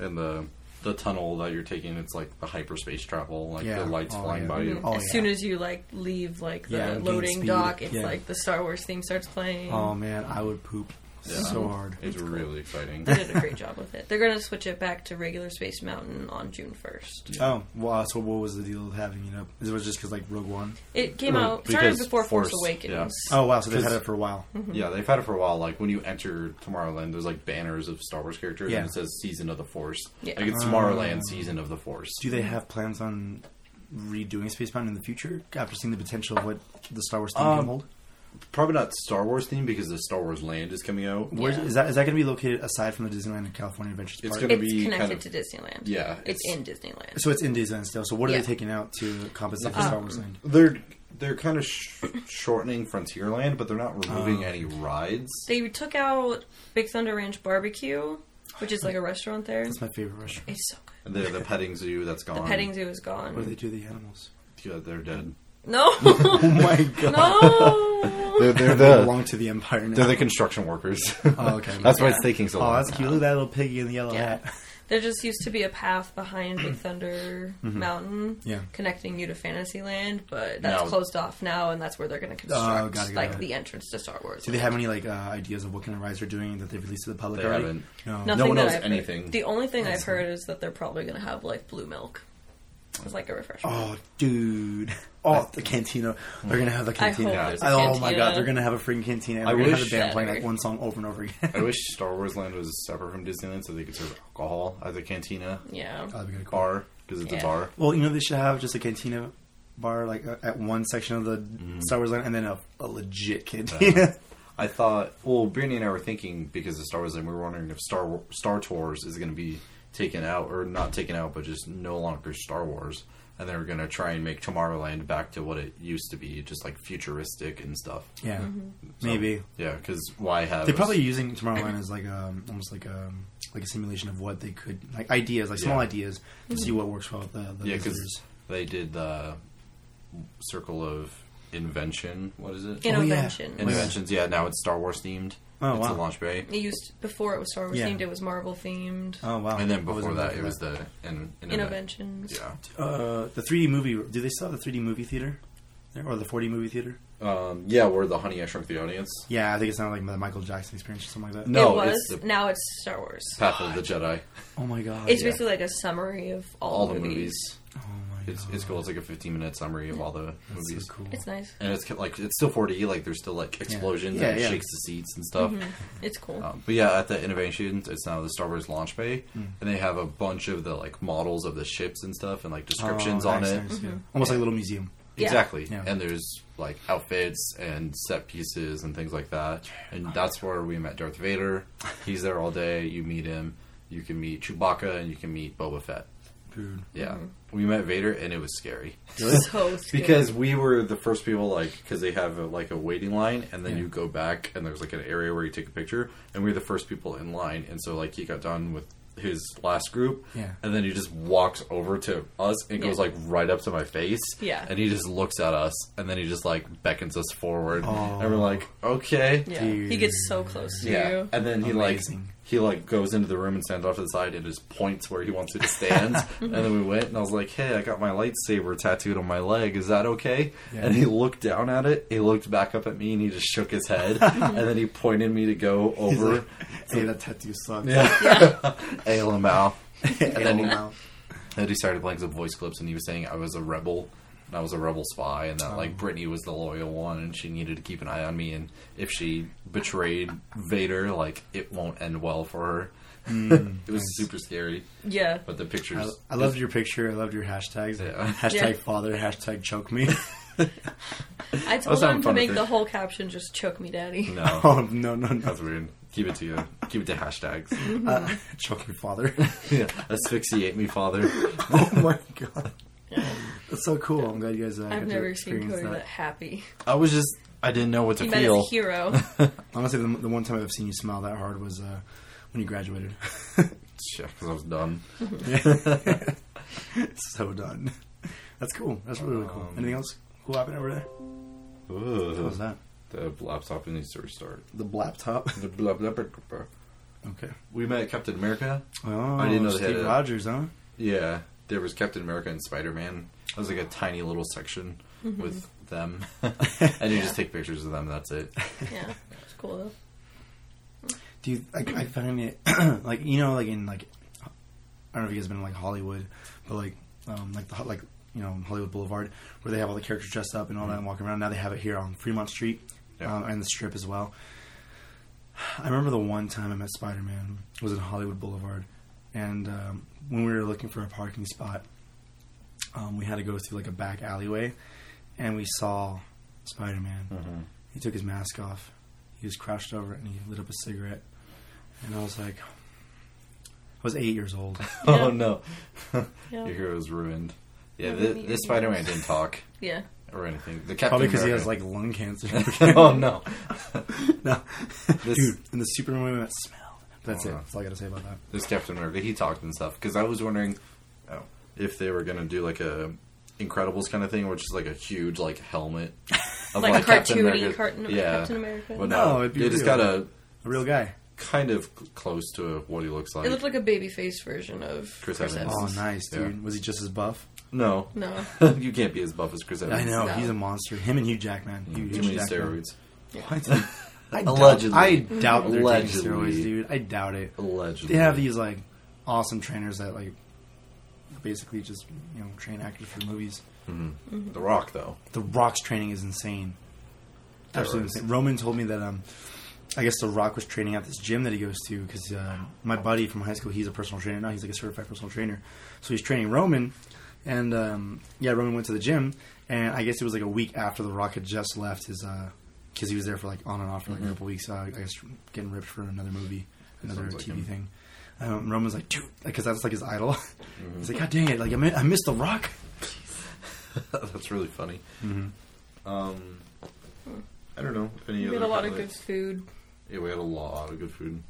[SPEAKER 1] And the the tunnel that you're taking, it's like the hyperspace travel, like
[SPEAKER 3] Yeah.
[SPEAKER 1] the lights
[SPEAKER 3] Oh,
[SPEAKER 1] flying
[SPEAKER 3] yeah.
[SPEAKER 1] by you.
[SPEAKER 3] Oh,
[SPEAKER 2] Mm-hmm. as
[SPEAKER 3] yeah.
[SPEAKER 2] soon as you like leave like the
[SPEAKER 3] Yeah, and gain
[SPEAKER 2] loading
[SPEAKER 3] speed.
[SPEAKER 2] dock, it's
[SPEAKER 3] Yeah.
[SPEAKER 2] like the Star Wars theme starts playing.
[SPEAKER 3] Oh man, I would poop
[SPEAKER 1] Yeah.
[SPEAKER 3] so hard.
[SPEAKER 1] It's really exciting.
[SPEAKER 2] they did a great job with it. They're gonna switch it back to regular Space Mountain on June first.
[SPEAKER 3] Oh, wow. So what was the deal of having it up? Is It was just because like Rogue One.
[SPEAKER 2] It came
[SPEAKER 1] Well,
[SPEAKER 2] out started
[SPEAKER 1] because
[SPEAKER 2] before Force,
[SPEAKER 1] Force-
[SPEAKER 2] Awakens.
[SPEAKER 3] Oh wow, so they've had
[SPEAKER 1] 'Cause-
[SPEAKER 3] it for a while.
[SPEAKER 2] Mm-hmm.
[SPEAKER 1] Yeah, they've had it for a while. Like when you enter Tomorrowland, there's like banners of Star Wars characters,
[SPEAKER 3] Yeah.
[SPEAKER 1] and it says "Season of the Force."
[SPEAKER 2] Yeah.
[SPEAKER 1] Like it's Tomorrowland Season of the Force.
[SPEAKER 3] Do they have plans on redoing Space Mountain in the future after seeing the potential of what the Star Wars theme
[SPEAKER 1] Um,
[SPEAKER 3] can hold?
[SPEAKER 1] Probably not Star Wars theme because the Star Wars Land is coming out.
[SPEAKER 3] Where is
[SPEAKER 2] yeah.
[SPEAKER 3] is that? Is that going to be located aside from the Disneyland and California Adventures
[SPEAKER 1] It's
[SPEAKER 3] Park?
[SPEAKER 1] gonna-
[SPEAKER 2] It's
[SPEAKER 1] be
[SPEAKER 2] connected
[SPEAKER 1] kind of-
[SPEAKER 2] to Disneyland.
[SPEAKER 1] Yeah,
[SPEAKER 2] It's,
[SPEAKER 1] it's-
[SPEAKER 2] in Disneyland.
[SPEAKER 3] so it's in Disneyland still. So what are
[SPEAKER 2] Yeah.
[SPEAKER 3] they taking out to compensate
[SPEAKER 1] Uh-huh.
[SPEAKER 3] for Star Wars Land?
[SPEAKER 1] They're they're kind of sh- shortening Frontierland, but they're not
[SPEAKER 3] Oh.
[SPEAKER 1] removing any rides.
[SPEAKER 2] They took out Big Thunder Ranch Barbecue, which is like a restaurant there.
[SPEAKER 3] That's my favorite restaurant.
[SPEAKER 2] It's so good.
[SPEAKER 1] The the petting zoo that's gone.
[SPEAKER 2] The petting zoo is
[SPEAKER 3] What do
[SPEAKER 2] gone.
[SPEAKER 3] they do to the animals?
[SPEAKER 1] Yeah, they're dead.
[SPEAKER 2] No,
[SPEAKER 3] Oh my god!
[SPEAKER 2] no.
[SPEAKER 1] They're, they're
[SPEAKER 3] They
[SPEAKER 1] the
[SPEAKER 3] belong to the Empire now.
[SPEAKER 1] they're the construction workers.
[SPEAKER 3] oh, okay.
[SPEAKER 1] that's why
[SPEAKER 2] Yeah.
[SPEAKER 1] it's taking so
[SPEAKER 3] oh,
[SPEAKER 1] long.
[SPEAKER 3] that's cute. Look at that little piggy in the yellow
[SPEAKER 2] Yeah.
[SPEAKER 3] hat.
[SPEAKER 2] There just used to be a path behind Big Thunder Mountain,
[SPEAKER 3] Yeah.
[SPEAKER 2] connecting you to Fantasyland, but that's
[SPEAKER 1] No.
[SPEAKER 2] closed off now, and that's where they're going to construct
[SPEAKER 3] Oh, gotta go.
[SPEAKER 2] like the entrance to Star Wars.
[SPEAKER 3] Do they have any like uh, ideas of what kind of rides they're doing that they've released to the public?
[SPEAKER 1] They
[SPEAKER 3] already?
[SPEAKER 1] haven't.
[SPEAKER 3] No.
[SPEAKER 2] Nothing
[SPEAKER 1] No one
[SPEAKER 2] that
[SPEAKER 1] knows
[SPEAKER 2] I've heard.
[SPEAKER 1] anything.
[SPEAKER 2] The only thing I've heard is that they're probably going to have like blue milk. It's like a refreshment.
[SPEAKER 3] Oh, dude. Oh, the cantina. They're gonna have the cantina.
[SPEAKER 1] hope
[SPEAKER 2] there's a
[SPEAKER 3] oh my
[SPEAKER 2] cantina.
[SPEAKER 3] god, they're gonna have a freaking cantina. And
[SPEAKER 1] I
[SPEAKER 3] they're gonna
[SPEAKER 1] wish-
[SPEAKER 3] have a band playing like
[SPEAKER 2] Shatter.
[SPEAKER 3] one song over and over again.
[SPEAKER 1] I wish Star Wars Land was separate from Disneyland so they could serve alcohol at the cantina
[SPEAKER 2] Yeah.
[SPEAKER 3] That'd be kinda cool.
[SPEAKER 1] bar because it's
[SPEAKER 2] Yeah.
[SPEAKER 1] a bar.
[SPEAKER 3] Well, you know they should have just a cantina bar like uh, at one section of the
[SPEAKER 1] Mm-hmm.
[SPEAKER 3] Star Wars land, and then a, a legit cantina.
[SPEAKER 1] I thought, well, Brittany and I were thinking because of Star Wars, and we were wondering if Star Wa- Star Tours is going to be taken out or not taken out, but just no longer Star Wars, and they were going to try and make Tomorrowland back to what it used to be, just like futuristic and stuff.
[SPEAKER 3] yeah,
[SPEAKER 2] Mm-hmm.
[SPEAKER 3] maybe
[SPEAKER 1] Yeah, because why have
[SPEAKER 3] they're probably using Tomorrowland as like um almost like um like a simulation of what they could like ideas like small
[SPEAKER 1] Yeah.
[SPEAKER 3] ideas to
[SPEAKER 2] Mm-hmm.
[SPEAKER 3] see what works well with the, the
[SPEAKER 1] yeah because
[SPEAKER 3] visitors.
[SPEAKER 1] they did the Circle of Invention. What is it?
[SPEAKER 3] Oh, yeah.
[SPEAKER 2] Intervention.
[SPEAKER 1] Inventions. Yeah, now it's Star Wars themed.
[SPEAKER 3] Oh,
[SPEAKER 1] it's a
[SPEAKER 3] wow.
[SPEAKER 1] launch bay.
[SPEAKER 2] It used before it was Star Wars
[SPEAKER 3] Yeah.
[SPEAKER 2] themed. It was Marvel themed.
[SPEAKER 3] Oh wow!
[SPEAKER 1] And
[SPEAKER 3] I
[SPEAKER 1] then before
[SPEAKER 3] wasn't
[SPEAKER 1] that,
[SPEAKER 3] aware
[SPEAKER 1] it
[SPEAKER 3] of
[SPEAKER 1] was the in, in,
[SPEAKER 2] Interventions.
[SPEAKER 1] Yeah.
[SPEAKER 3] Uh, the 3D movie. Do they still have the 3D movie theater, or the 4D movie theater?
[SPEAKER 1] Um, yeah, where the Honey I Shrunk the Audience.
[SPEAKER 3] Yeah, I think it sounded like the Michael Jackson experience or something like that.
[SPEAKER 1] No,
[SPEAKER 2] it was.
[SPEAKER 1] it's the-
[SPEAKER 2] Now it's Star Wars.
[SPEAKER 1] Path of the Jedi.
[SPEAKER 3] Oh my god!
[SPEAKER 2] It's
[SPEAKER 1] yeah.
[SPEAKER 2] basically like a summary of all,
[SPEAKER 1] All
[SPEAKER 2] the movies.
[SPEAKER 3] oh my
[SPEAKER 1] It's,
[SPEAKER 3] god!
[SPEAKER 1] it's cool. It's like a 15 minute summary of all the
[SPEAKER 3] That's
[SPEAKER 1] movies.
[SPEAKER 3] so cool.
[SPEAKER 2] It's nice.
[SPEAKER 1] And it's ca- like it's still 4D. Like there's still like explosions
[SPEAKER 3] Yeah,
[SPEAKER 1] and it
[SPEAKER 3] yeah.
[SPEAKER 1] shakes the seats and stuff.
[SPEAKER 3] Mm-hmm.
[SPEAKER 2] It's cool.
[SPEAKER 1] Um, but yeah, at the innovations, it's now the Star Wars launch bay,
[SPEAKER 3] Hmm.
[SPEAKER 1] and they have a bunch of the like models of the ships and stuff, and like descriptions
[SPEAKER 3] Oh,
[SPEAKER 1] on
[SPEAKER 3] nice,
[SPEAKER 1] it.
[SPEAKER 3] nice, yeah. Almost like a little museum.
[SPEAKER 2] Yeah.
[SPEAKER 1] Exactly.
[SPEAKER 3] Yeah.
[SPEAKER 1] And there's like outfits and set pieces and things like that. And that's where we met Darth Vader. He's there all day. You meet him. You can meet Chewbacca and you can meet Boba Fett.
[SPEAKER 3] food.
[SPEAKER 1] Yeah, we met Vader and it was scary
[SPEAKER 2] So scary.
[SPEAKER 1] because we were the first people like because they have a, like a waiting line and then you go back and there's like an area where you take a picture and we were the first people in line and so like he got done with his last group
[SPEAKER 3] Yeah.
[SPEAKER 1] and then he just walks over to us and
[SPEAKER 2] Yeah.
[SPEAKER 1] goes like right up to my face
[SPEAKER 2] Yeah.
[SPEAKER 1] and he just looks at us and then he just like beckons us forward
[SPEAKER 3] Oh.
[SPEAKER 1] and we're like okay
[SPEAKER 2] yeah, he gets so close to
[SPEAKER 1] yeah,
[SPEAKER 2] you.
[SPEAKER 1] and then he like
[SPEAKER 3] Amazing.
[SPEAKER 1] he like goes into the room and stands off to the side and just points where he wants you to stand. and then we went and I was like, "Hey, I got my lightsaber tattooed on my leg. Is that okay?"
[SPEAKER 3] Yeah.
[SPEAKER 1] And he looked down at it. He looked back up at me and he just shook his head. and then he pointed me to go
[SPEAKER 3] He's
[SPEAKER 1] over.
[SPEAKER 3] like, hey, that tattoo sucks.
[SPEAKER 1] yeah, ALML. and
[SPEAKER 3] Hey,
[SPEAKER 1] then
[SPEAKER 3] old
[SPEAKER 1] he,
[SPEAKER 3] mouth.
[SPEAKER 1] then he started playing some voice clips and he was saying I was a rebel. And I was a rebel spy, and
[SPEAKER 3] Oh.
[SPEAKER 1] that like Brittany was the loyal one, and she needed to keep an eye on me. And if she betrayed Vader, like it won't end well for her. it was super scary,
[SPEAKER 2] Yeah,
[SPEAKER 1] but the
[SPEAKER 3] I,
[SPEAKER 1] pictures.
[SPEAKER 3] Hmm. I loved your picture. I loved your hashtags.
[SPEAKER 1] Yeah.
[SPEAKER 3] Hashtag
[SPEAKER 2] Yeah.
[SPEAKER 3] father. Hashtag choke me.
[SPEAKER 2] I told
[SPEAKER 1] having
[SPEAKER 2] him
[SPEAKER 1] fun
[SPEAKER 2] to
[SPEAKER 1] with
[SPEAKER 2] make
[SPEAKER 1] it.
[SPEAKER 2] the whole caption just "choke me, daddy."
[SPEAKER 1] No,
[SPEAKER 3] oh no no no!
[SPEAKER 1] that's weird. Keep it to you. Keep it to hashtags.
[SPEAKER 3] Uh, choke me, father.
[SPEAKER 1] yeah. Asphyxiate me, father.
[SPEAKER 3] oh my god, that's so cool. I'm glad you guys. Uh, got
[SPEAKER 2] I've
[SPEAKER 3] to
[SPEAKER 2] never seen
[SPEAKER 3] experience
[SPEAKER 2] Cody that, happy.
[SPEAKER 1] I was just. I didn't know what to
[SPEAKER 2] He met
[SPEAKER 1] feel.
[SPEAKER 2] his hero.
[SPEAKER 3] Honestly, the, the one time I've seen you smile that hard was uh, when you graduated.
[SPEAKER 1] Because I was done.
[SPEAKER 3] so done. That's cool. That's really, really cool.
[SPEAKER 1] Um,
[SPEAKER 3] Anything else cool happened over there? What was Oh, that?
[SPEAKER 1] The laptop needs to restart.
[SPEAKER 3] The laptop.
[SPEAKER 1] The blah, blah, blah, blah, blah.
[SPEAKER 3] okay.
[SPEAKER 1] We met Captain America.
[SPEAKER 3] Oh,
[SPEAKER 1] I didn't know they had
[SPEAKER 3] Steve
[SPEAKER 1] a-
[SPEAKER 3] Rogers, huh?
[SPEAKER 1] Yeah, there was Captain America and Spider Man. That was like a tiny little section
[SPEAKER 2] Mm-hmm.
[SPEAKER 1] with them, and you just take pictures of them. That's it.
[SPEAKER 2] yeah, it's cool though.
[SPEAKER 3] Do you, like, I find it like you know, like in like I don't know if you guys been in like Hollywood, but like um, like the ho- like you know Hollywood Boulevard where they have all the characters dressed up and all that and walking around. Now they have it here on Fremont Street
[SPEAKER 1] Yeah.
[SPEAKER 3] um, and the Strip as well. I remember the one time I met Spider Man was in Hollywood Boulevard, and um, when we were looking for a parking spot, um, we had to go through like a back alleyway, and we saw Spider Man.
[SPEAKER 1] Mm-hmm.
[SPEAKER 3] He took his mask off. He was crouched over and he lit up a cigarette. And I was like, I was eight years old.
[SPEAKER 1] Oh no,
[SPEAKER 2] Yeah,
[SPEAKER 1] your hero was ruined. Yeah,
[SPEAKER 2] Yeah,
[SPEAKER 1] thi-
[SPEAKER 2] we meet
[SPEAKER 1] this
[SPEAKER 2] your
[SPEAKER 1] Spider Man didn't talk
[SPEAKER 2] yeah.
[SPEAKER 1] or anything. The Captain
[SPEAKER 3] Probably because he has
[SPEAKER 1] America-
[SPEAKER 3] like lung cancer.
[SPEAKER 1] oh no,
[SPEAKER 3] no.
[SPEAKER 1] This-
[SPEAKER 3] Dude, and the Superman movie that smelled. That's it.
[SPEAKER 1] Uh-huh.
[SPEAKER 3] That's all I got to say about that.
[SPEAKER 1] this Captain America he talked and stuff. Because I was wondering oh, if they were gonna do like a Incredibles kind of thing, which is like a huge like helmet of
[SPEAKER 2] Like
[SPEAKER 1] Captain
[SPEAKER 2] cartoony
[SPEAKER 1] America.
[SPEAKER 2] cartoon- Captain America?
[SPEAKER 1] But no,
[SPEAKER 3] No, it'd be
[SPEAKER 1] they just
[SPEAKER 3] real.
[SPEAKER 1] got a
[SPEAKER 3] A real guy.
[SPEAKER 1] kind of cl- close to what he looks like.
[SPEAKER 2] It looked like a baby face version of
[SPEAKER 1] Chris
[SPEAKER 2] Chris,
[SPEAKER 1] Evans.
[SPEAKER 2] Evans.
[SPEAKER 3] Oh,
[SPEAKER 1] is-
[SPEAKER 3] nice, dude.
[SPEAKER 1] yeah.
[SPEAKER 3] Was he just as buff?
[SPEAKER 1] no,
[SPEAKER 2] No,
[SPEAKER 1] you can't be as buff as Chris Evans.
[SPEAKER 3] I know.
[SPEAKER 2] No.
[SPEAKER 3] He's a monster. Him and Hugh Jackman. Hugh,
[SPEAKER 1] Mm. Too
[SPEAKER 3] Hugh
[SPEAKER 1] many
[SPEAKER 3] Jackman.
[SPEAKER 1] steroids.
[SPEAKER 3] What? I doubt-
[SPEAKER 1] Allegedly.
[SPEAKER 3] I doubt they're taking
[SPEAKER 1] Allegedly.
[SPEAKER 3] steroids, dude. I doubt it.
[SPEAKER 1] Allegedly.
[SPEAKER 3] They have these like awesome trainers that like basically just you know train actors for movies.
[SPEAKER 1] The Rock, though.
[SPEAKER 3] The Rock's training is insane. Absolutely
[SPEAKER 1] Terrorist.
[SPEAKER 3] insane. Roman told me that um, I guess The Rock was training at this gym that he goes to because uh, my buddy from high school, he's a personal trainer now. He's like a certified personal trainer, so he's training Roman, and um, yeah, Roman went to the gym, and I guess it was like a week after The Rock had just left his because he was there for like on and off for like
[SPEAKER 1] Mm-hmm.
[SPEAKER 3] a couple weeks. Uh, I guess getting ripped for another movie, another
[SPEAKER 1] sounds like
[SPEAKER 3] TV
[SPEAKER 1] him.
[SPEAKER 3] thing. Um, Roman's like, dude, because that's like his idol.
[SPEAKER 1] Mm-hmm.
[SPEAKER 3] He's like, God dang it, like I, mi- I missed The Rock.
[SPEAKER 1] That's really funny.
[SPEAKER 3] Mm-hmm.
[SPEAKER 1] Um, I don't know. if Any
[SPEAKER 2] we
[SPEAKER 1] other
[SPEAKER 2] had a lot of
[SPEAKER 1] kind
[SPEAKER 2] good food,
[SPEAKER 1] Yeah, we had a lot of good food.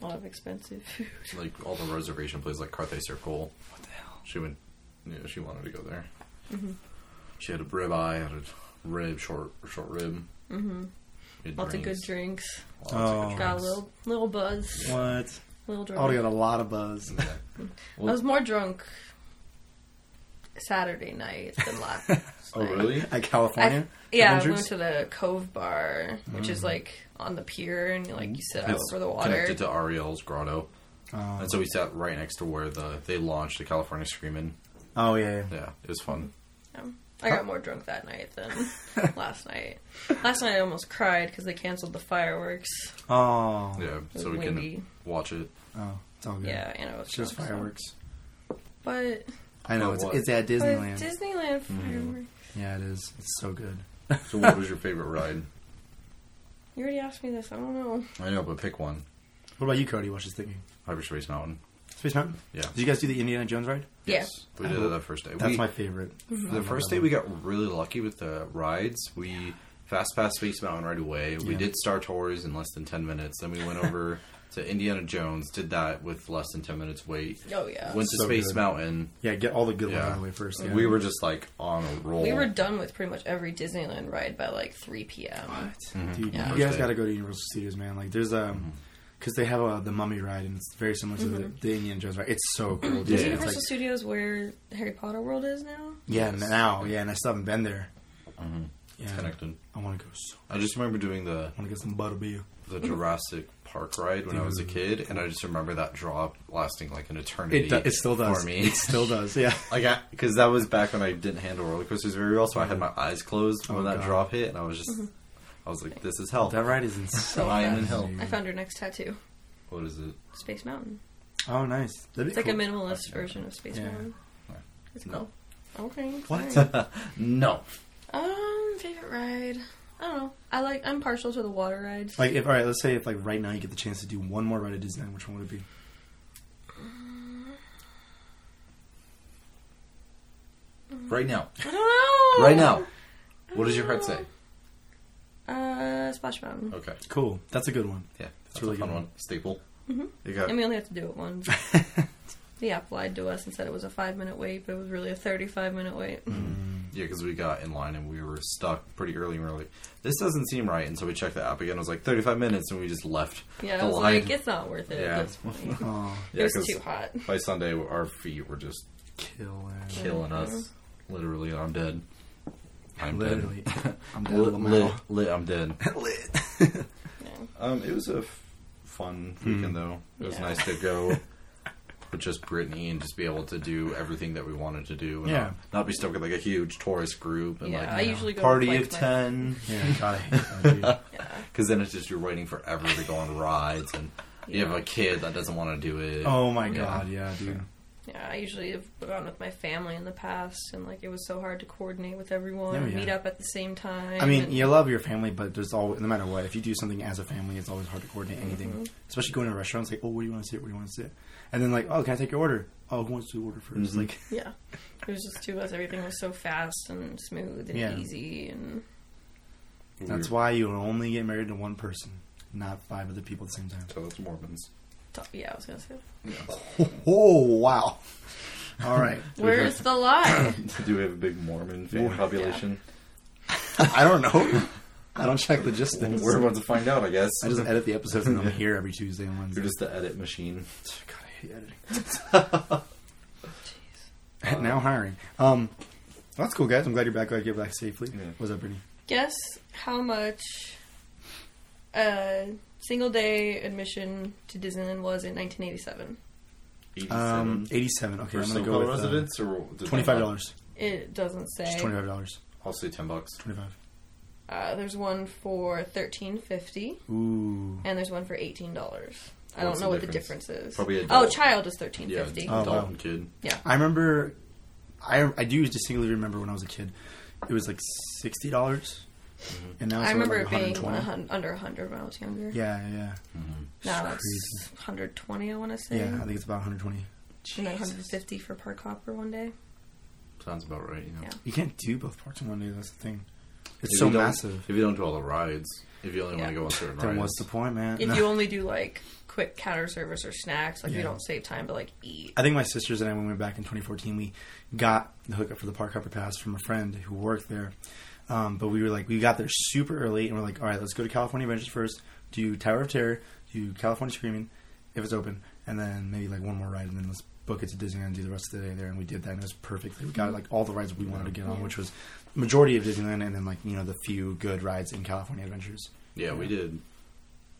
[SPEAKER 2] a lot of expensive food.
[SPEAKER 1] Like, all the reservation places, like Carthay Circle.
[SPEAKER 3] What the hell?
[SPEAKER 1] She went, you know, she wanted to go there.
[SPEAKER 2] Mm-hmm.
[SPEAKER 1] She had a rib eye, had a rib, short short rib. Mm-hmm.
[SPEAKER 2] Lots of good drinks.
[SPEAKER 3] Oh.
[SPEAKER 2] Got a little little buzz,
[SPEAKER 3] What?
[SPEAKER 2] little drunk.
[SPEAKER 3] Already got a lot of buzz.
[SPEAKER 2] I was more drunk Saturday night than last.
[SPEAKER 1] Oh,
[SPEAKER 2] night.
[SPEAKER 1] really?
[SPEAKER 3] At
[SPEAKER 2] I-
[SPEAKER 3] California?
[SPEAKER 2] yeah, I
[SPEAKER 3] Adventures?
[SPEAKER 2] went to the Cove Bar, which is like on the pier, and like you sit out
[SPEAKER 1] Mm. It's
[SPEAKER 2] over the water.
[SPEAKER 1] Connected to Ariel's grotto.
[SPEAKER 3] Oh.
[SPEAKER 1] And so we sat right next to where the they launched the California Screamin'.
[SPEAKER 3] Oh, yeah. yeah.
[SPEAKER 1] Yeah, it was fun.
[SPEAKER 2] Um, I got more drunk that night than last night. Last night I almost cried because they canceled the fireworks.
[SPEAKER 3] Oh.
[SPEAKER 1] Yeah,
[SPEAKER 2] was
[SPEAKER 1] so we
[SPEAKER 2] windy.
[SPEAKER 1] can watch it.
[SPEAKER 3] Oh, it's all good.
[SPEAKER 2] Yeah, and I was
[SPEAKER 3] It's just
[SPEAKER 2] drunk, so-
[SPEAKER 3] fireworks.
[SPEAKER 2] But,
[SPEAKER 3] I know.
[SPEAKER 1] Oh,
[SPEAKER 3] It's,
[SPEAKER 1] what?
[SPEAKER 3] it's at
[SPEAKER 2] but
[SPEAKER 3] Disneyland.
[SPEAKER 2] Disneyland fireworks.
[SPEAKER 3] yeah, it is. It's so good.
[SPEAKER 1] So, what was your favorite ride? Mm.
[SPEAKER 2] You already asked me this. I don't know.
[SPEAKER 1] I know, but pick one.
[SPEAKER 3] What about you, Cody? What's just thinking?
[SPEAKER 1] Hyperspace Mountain.
[SPEAKER 3] Space Mountain.
[SPEAKER 1] Yeah.
[SPEAKER 3] Did you guys do the Indiana Jones ride?
[SPEAKER 1] Yes, we did
[SPEAKER 3] Oh.
[SPEAKER 1] it that first day.
[SPEAKER 3] That's
[SPEAKER 1] we,
[SPEAKER 3] my favorite.
[SPEAKER 2] Mm-hmm.
[SPEAKER 1] The first day we got really lucky with the rides. We fast passed Space Mountain right away. We
[SPEAKER 3] Yeah.
[SPEAKER 1] did Star Tours in less than ten minutes. Then we went over to Indiana Jones. Did that with less than ten minutes wait.
[SPEAKER 2] Oh, yeah.
[SPEAKER 1] Went to
[SPEAKER 3] So
[SPEAKER 1] Space
[SPEAKER 3] good.
[SPEAKER 1] Mountain.
[SPEAKER 3] Yeah, get all the good ones out
[SPEAKER 1] Yeah.
[SPEAKER 3] of the way first. Yeah.
[SPEAKER 1] We were just like on a roll.
[SPEAKER 2] We were done with pretty much every Disneyland ride by like 3 p.m.
[SPEAKER 1] Mm-hmm.
[SPEAKER 3] Dude,
[SPEAKER 2] Yeah.
[SPEAKER 3] you guys
[SPEAKER 1] Thursday.
[SPEAKER 3] got to go to Universal Studios, man. Like, there's
[SPEAKER 1] Mm-hmm.
[SPEAKER 3] um, because they have uh, the Mummy ride, and it's very similar to the, the Indiana Jones ride. It's so cool.
[SPEAKER 1] Is
[SPEAKER 2] Is
[SPEAKER 3] dude.
[SPEAKER 1] Yeah.
[SPEAKER 3] It's
[SPEAKER 2] Mm-hmm. Universal
[SPEAKER 3] like,
[SPEAKER 2] Studios where Harry Potter World is now?
[SPEAKER 3] yeah, now, yeah, and I still haven't been there.
[SPEAKER 1] Mm-hmm.
[SPEAKER 3] Yeah,
[SPEAKER 1] connected.
[SPEAKER 3] I want to go. So,
[SPEAKER 1] I just remember doing the
[SPEAKER 3] I want to get some butterbeer.
[SPEAKER 1] the
[SPEAKER 2] Mm-hmm.
[SPEAKER 1] Jurassic Park ride when I was a kid, and I just remember that draw lasting like an eternity.
[SPEAKER 3] Mm-hmm. It do- it still does.
[SPEAKER 1] for me.
[SPEAKER 3] It still does. Yeah.
[SPEAKER 1] Like, because that was back when I didn't handle roller coasters very well, so I had my eyes closed when
[SPEAKER 3] Oh,
[SPEAKER 1] that
[SPEAKER 3] God.
[SPEAKER 1] drop hit, and I was just,
[SPEAKER 2] Mm-hmm.
[SPEAKER 1] I was like, "This is hell."
[SPEAKER 3] That ride is insane.
[SPEAKER 1] I am in hell.
[SPEAKER 2] I found her next tattoo,
[SPEAKER 1] What is it?
[SPEAKER 2] Space Mountain.
[SPEAKER 3] Oh, nice. That'd
[SPEAKER 2] It's
[SPEAKER 3] be
[SPEAKER 2] like a
[SPEAKER 3] cool.
[SPEAKER 2] minimalist version of Space
[SPEAKER 3] Yeah.
[SPEAKER 2] Mountain. It's
[SPEAKER 1] No.
[SPEAKER 2] cool. Okay.
[SPEAKER 3] What?
[SPEAKER 2] sorry.
[SPEAKER 1] No,
[SPEAKER 2] Um, favorite ride. I don't know. I like. I'm partial to the water rides.
[SPEAKER 3] Like, if all right, let's say if like right now you get the chance to do one more ride at Disneyland, which one would it be?
[SPEAKER 1] right now,
[SPEAKER 2] I don't know.
[SPEAKER 1] right now. What does your heart say?
[SPEAKER 2] Uh, Splash Mountain.
[SPEAKER 1] Okay,
[SPEAKER 3] Cool. That's a good one.
[SPEAKER 1] yeah, that's
[SPEAKER 3] really
[SPEAKER 1] a fun
[SPEAKER 3] good.
[SPEAKER 1] one. Staple.
[SPEAKER 2] Mm-hmm.
[SPEAKER 1] You got
[SPEAKER 2] And we only had to do it once. the app lied to us and said it was a five minute wait, but it was really a 35 minute wait.
[SPEAKER 1] yeah, because we got in line and we were stuck pretty early, and we were like, "This doesn't seem right," and so we checked the app again. It was like 35 minutes, and we just left
[SPEAKER 2] Yeah,
[SPEAKER 1] the
[SPEAKER 2] I was
[SPEAKER 1] line.
[SPEAKER 2] like, it's not worth it
[SPEAKER 1] Yeah.
[SPEAKER 2] at this point.
[SPEAKER 3] Oh,
[SPEAKER 1] yeah,
[SPEAKER 2] it was
[SPEAKER 1] 'cause
[SPEAKER 2] too hot.
[SPEAKER 1] by Sunday, our feet were just
[SPEAKER 3] kill
[SPEAKER 2] Mm-hmm.
[SPEAKER 3] it.
[SPEAKER 1] killing us. Literally, I'm dead. I'm
[SPEAKER 3] Literally.
[SPEAKER 1] dead.
[SPEAKER 3] I'm
[SPEAKER 1] Lit-
[SPEAKER 3] down to the
[SPEAKER 1] lit,
[SPEAKER 3] mile.
[SPEAKER 1] lit, I'm dead.
[SPEAKER 3] Lit.
[SPEAKER 1] Um, it was a f- fun
[SPEAKER 3] Hmm.
[SPEAKER 1] weekend though. It was
[SPEAKER 2] Yeah.
[SPEAKER 1] nice to go with just Brittany and just be able to do everything that we wanted to do. And
[SPEAKER 3] Yeah.
[SPEAKER 1] not, not be stuck with like a huge tourist group and
[SPEAKER 2] Yeah,
[SPEAKER 1] like
[SPEAKER 2] I usually go
[SPEAKER 1] party
[SPEAKER 2] with,
[SPEAKER 1] of
[SPEAKER 2] like, my-
[SPEAKER 1] ten.
[SPEAKER 3] Yeah, God, I hate that, dude.
[SPEAKER 2] Yeah.
[SPEAKER 1] Because then it's just you're waiting forever to go on rides and. You have a kid that doesn't want to do it.
[SPEAKER 3] Oh my god, yeah, dude.
[SPEAKER 2] Yeah, I usually have gone with my family in the past, and like it was so hard to coordinate with everyone,
[SPEAKER 3] Oh,
[SPEAKER 2] and
[SPEAKER 3] yeah.
[SPEAKER 2] meet up at the same time.
[SPEAKER 3] I mean,
[SPEAKER 2] and-
[SPEAKER 3] you love your family, but there's always, no matter what, if you do something as a family, it's always hard to coordinate anything.
[SPEAKER 2] Mm-hmm.
[SPEAKER 3] Especially going to restaurants, like, oh, where do you want to sit? Where do you want to sit? And then, like, oh, can I take your order? Oh, who wants to order 1st
[SPEAKER 1] Mhm.
[SPEAKER 3] Like,
[SPEAKER 2] yeah, it was just two of us. Everything was so fast and smooth and
[SPEAKER 3] Yeah.
[SPEAKER 2] easy, and
[SPEAKER 3] that's why you only get married to one person, not five other people at the same time.
[SPEAKER 1] So it's Mormons.
[SPEAKER 2] th- yeah, I was gonna say,
[SPEAKER 3] Oh, wow. All right.
[SPEAKER 2] where's the lie?
[SPEAKER 1] do we have a big Mormon fan
[SPEAKER 3] Yeah.
[SPEAKER 1] population?
[SPEAKER 3] I don't know. I don't check logistics.
[SPEAKER 1] We're about to find out, I guess.
[SPEAKER 3] I just edit the episodes and I'm here every Tuesday and Wednesday.
[SPEAKER 1] You're just the edit machine.
[SPEAKER 3] God, I hate Um,
[SPEAKER 1] Uh,
[SPEAKER 3] editing. now hiring. Um, that's cool, guys. I'm glad you're back. Glad you get back safely.
[SPEAKER 1] Yeah.
[SPEAKER 3] What's up, Brittany?
[SPEAKER 2] Guess how much a single day admission to Disneyland was in 1987.
[SPEAKER 3] Um, 87. Okay,
[SPEAKER 1] For
[SPEAKER 3] I'm gonna
[SPEAKER 1] Soho
[SPEAKER 3] go with uh,
[SPEAKER 1] residents or the
[SPEAKER 3] twenty-five dollars.
[SPEAKER 2] It doesn't say.
[SPEAKER 3] Just twenty-five dollars.
[SPEAKER 1] I'll say ten bucks.
[SPEAKER 3] Twenty-five.
[SPEAKER 2] Uh, there's one for 13.50,
[SPEAKER 3] Ooh.
[SPEAKER 2] and there's one for 18 dollars. I
[SPEAKER 1] What's
[SPEAKER 2] don't
[SPEAKER 1] the
[SPEAKER 2] know what the
[SPEAKER 1] difference?
[SPEAKER 2] difference is.
[SPEAKER 1] Probably
[SPEAKER 2] oh,
[SPEAKER 1] adult.
[SPEAKER 2] child is 13.50.
[SPEAKER 1] Yeah,
[SPEAKER 3] Oh,
[SPEAKER 1] adult
[SPEAKER 3] wow.
[SPEAKER 1] and kid.
[SPEAKER 3] I remember. I I do distinctly remember when I was a kid, it was like sixty dollars,
[SPEAKER 1] Mm-hmm.
[SPEAKER 3] and now it's
[SPEAKER 2] I remember
[SPEAKER 3] Oh, like
[SPEAKER 2] it being
[SPEAKER 3] 120.
[SPEAKER 2] 100, under 100 when I was younger.
[SPEAKER 3] Yeah, yeah,
[SPEAKER 1] Mm-hmm.
[SPEAKER 2] Now
[SPEAKER 3] It's
[SPEAKER 2] it's 120, I want to say.
[SPEAKER 3] yeah. I think it's about 120.
[SPEAKER 2] and then 150 for Park Hopper one day.
[SPEAKER 1] Sounds about right. You know.
[SPEAKER 2] Yeah.
[SPEAKER 3] You can't do both parts in one day. That's the thing. It's
[SPEAKER 1] If
[SPEAKER 3] so
[SPEAKER 1] you don't-
[SPEAKER 3] massive.
[SPEAKER 1] If you don't do all the rides, if you only want to
[SPEAKER 2] Yeah.
[SPEAKER 1] go on certain
[SPEAKER 3] Then
[SPEAKER 1] rides,
[SPEAKER 3] what's the point, man?
[SPEAKER 2] If
[SPEAKER 3] No.
[SPEAKER 2] you only do like quick counter service or snacks, like you
[SPEAKER 3] Yeah.
[SPEAKER 2] don't save time to like eat.
[SPEAKER 3] I think my sisters and I, when we went back in 2014, we got the hookup for the Park Hopper Pass from a friend who worked there. Um, but we were like, we got there super early, and we're like, all right, let's go to California Adventures first, do Tower of Terror, do California Screaming, if it's open, and then maybe like one more ride, and then let's book it to Disneyland and do the rest of the day there. And we did that, and it was perfect. We got like all the rides we wanted to get on, which was majority of Disneyland, and then like you know the few good rides in California Adventures.
[SPEAKER 1] yeah, we did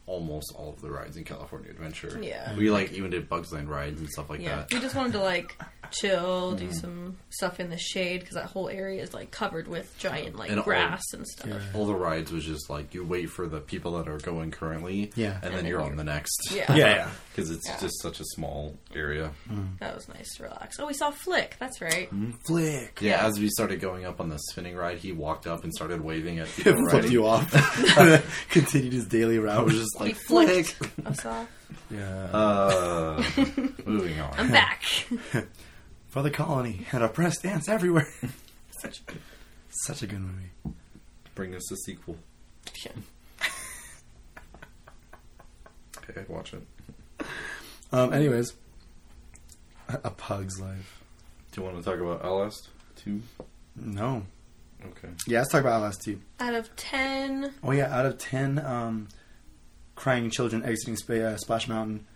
[SPEAKER 1] almost all of the rides in California Adventure.
[SPEAKER 2] Yeah.
[SPEAKER 1] we like even did Bugs Line rides and stuff like
[SPEAKER 2] Yeah,
[SPEAKER 1] that.
[SPEAKER 2] we just wanted to like chill, do some stuff in the shade because that whole area is like covered with giant like
[SPEAKER 1] And all-
[SPEAKER 2] grass and stuff.
[SPEAKER 3] Yeah.
[SPEAKER 1] All the rides was just like you wait for the people that are going currently,
[SPEAKER 3] Yeah.
[SPEAKER 1] and, then
[SPEAKER 3] And
[SPEAKER 2] then
[SPEAKER 1] you're on
[SPEAKER 2] you're-
[SPEAKER 1] the next,
[SPEAKER 2] Yeah.
[SPEAKER 3] yeah.
[SPEAKER 1] because it's
[SPEAKER 2] Yeah.
[SPEAKER 1] just such a small area.
[SPEAKER 2] That was nice to relax. Oh, we saw Flick. That's right.
[SPEAKER 3] Mm-hmm. Flick.
[SPEAKER 1] Yeah,
[SPEAKER 2] Yeah.
[SPEAKER 1] as we started going up on the spinning ride, he walked up and started waving at people
[SPEAKER 3] Flipped
[SPEAKER 1] riding.
[SPEAKER 3] you off. Continued his daily route.
[SPEAKER 1] I was just
[SPEAKER 2] He
[SPEAKER 1] like,
[SPEAKER 2] flicked us off.
[SPEAKER 3] Yeah.
[SPEAKER 1] Uh, moving on.
[SPEAKER 2] I'm back.
[SPEAKER 3] For the colony and oppressed ants everywhere. such, such a good movie.
[SPEAKER 1] Bring us a sequel. Okay, I'd watch it.
[SPEAKER 3] Um, anyways, a a pug's life.
[SPEAKER 1] Do you want to talk about Outlast 2?
[SPEAKER 3] No.
[SPEAKER 1] Okay.
[SPEAKER 3] Yeah, let's talk about Outlast too.
[SPEAKER 2] Out of ten,
[SPEAKER 3] Oh yeah, out of ten, um, crying children exiting spa- uh, Splash Mountain.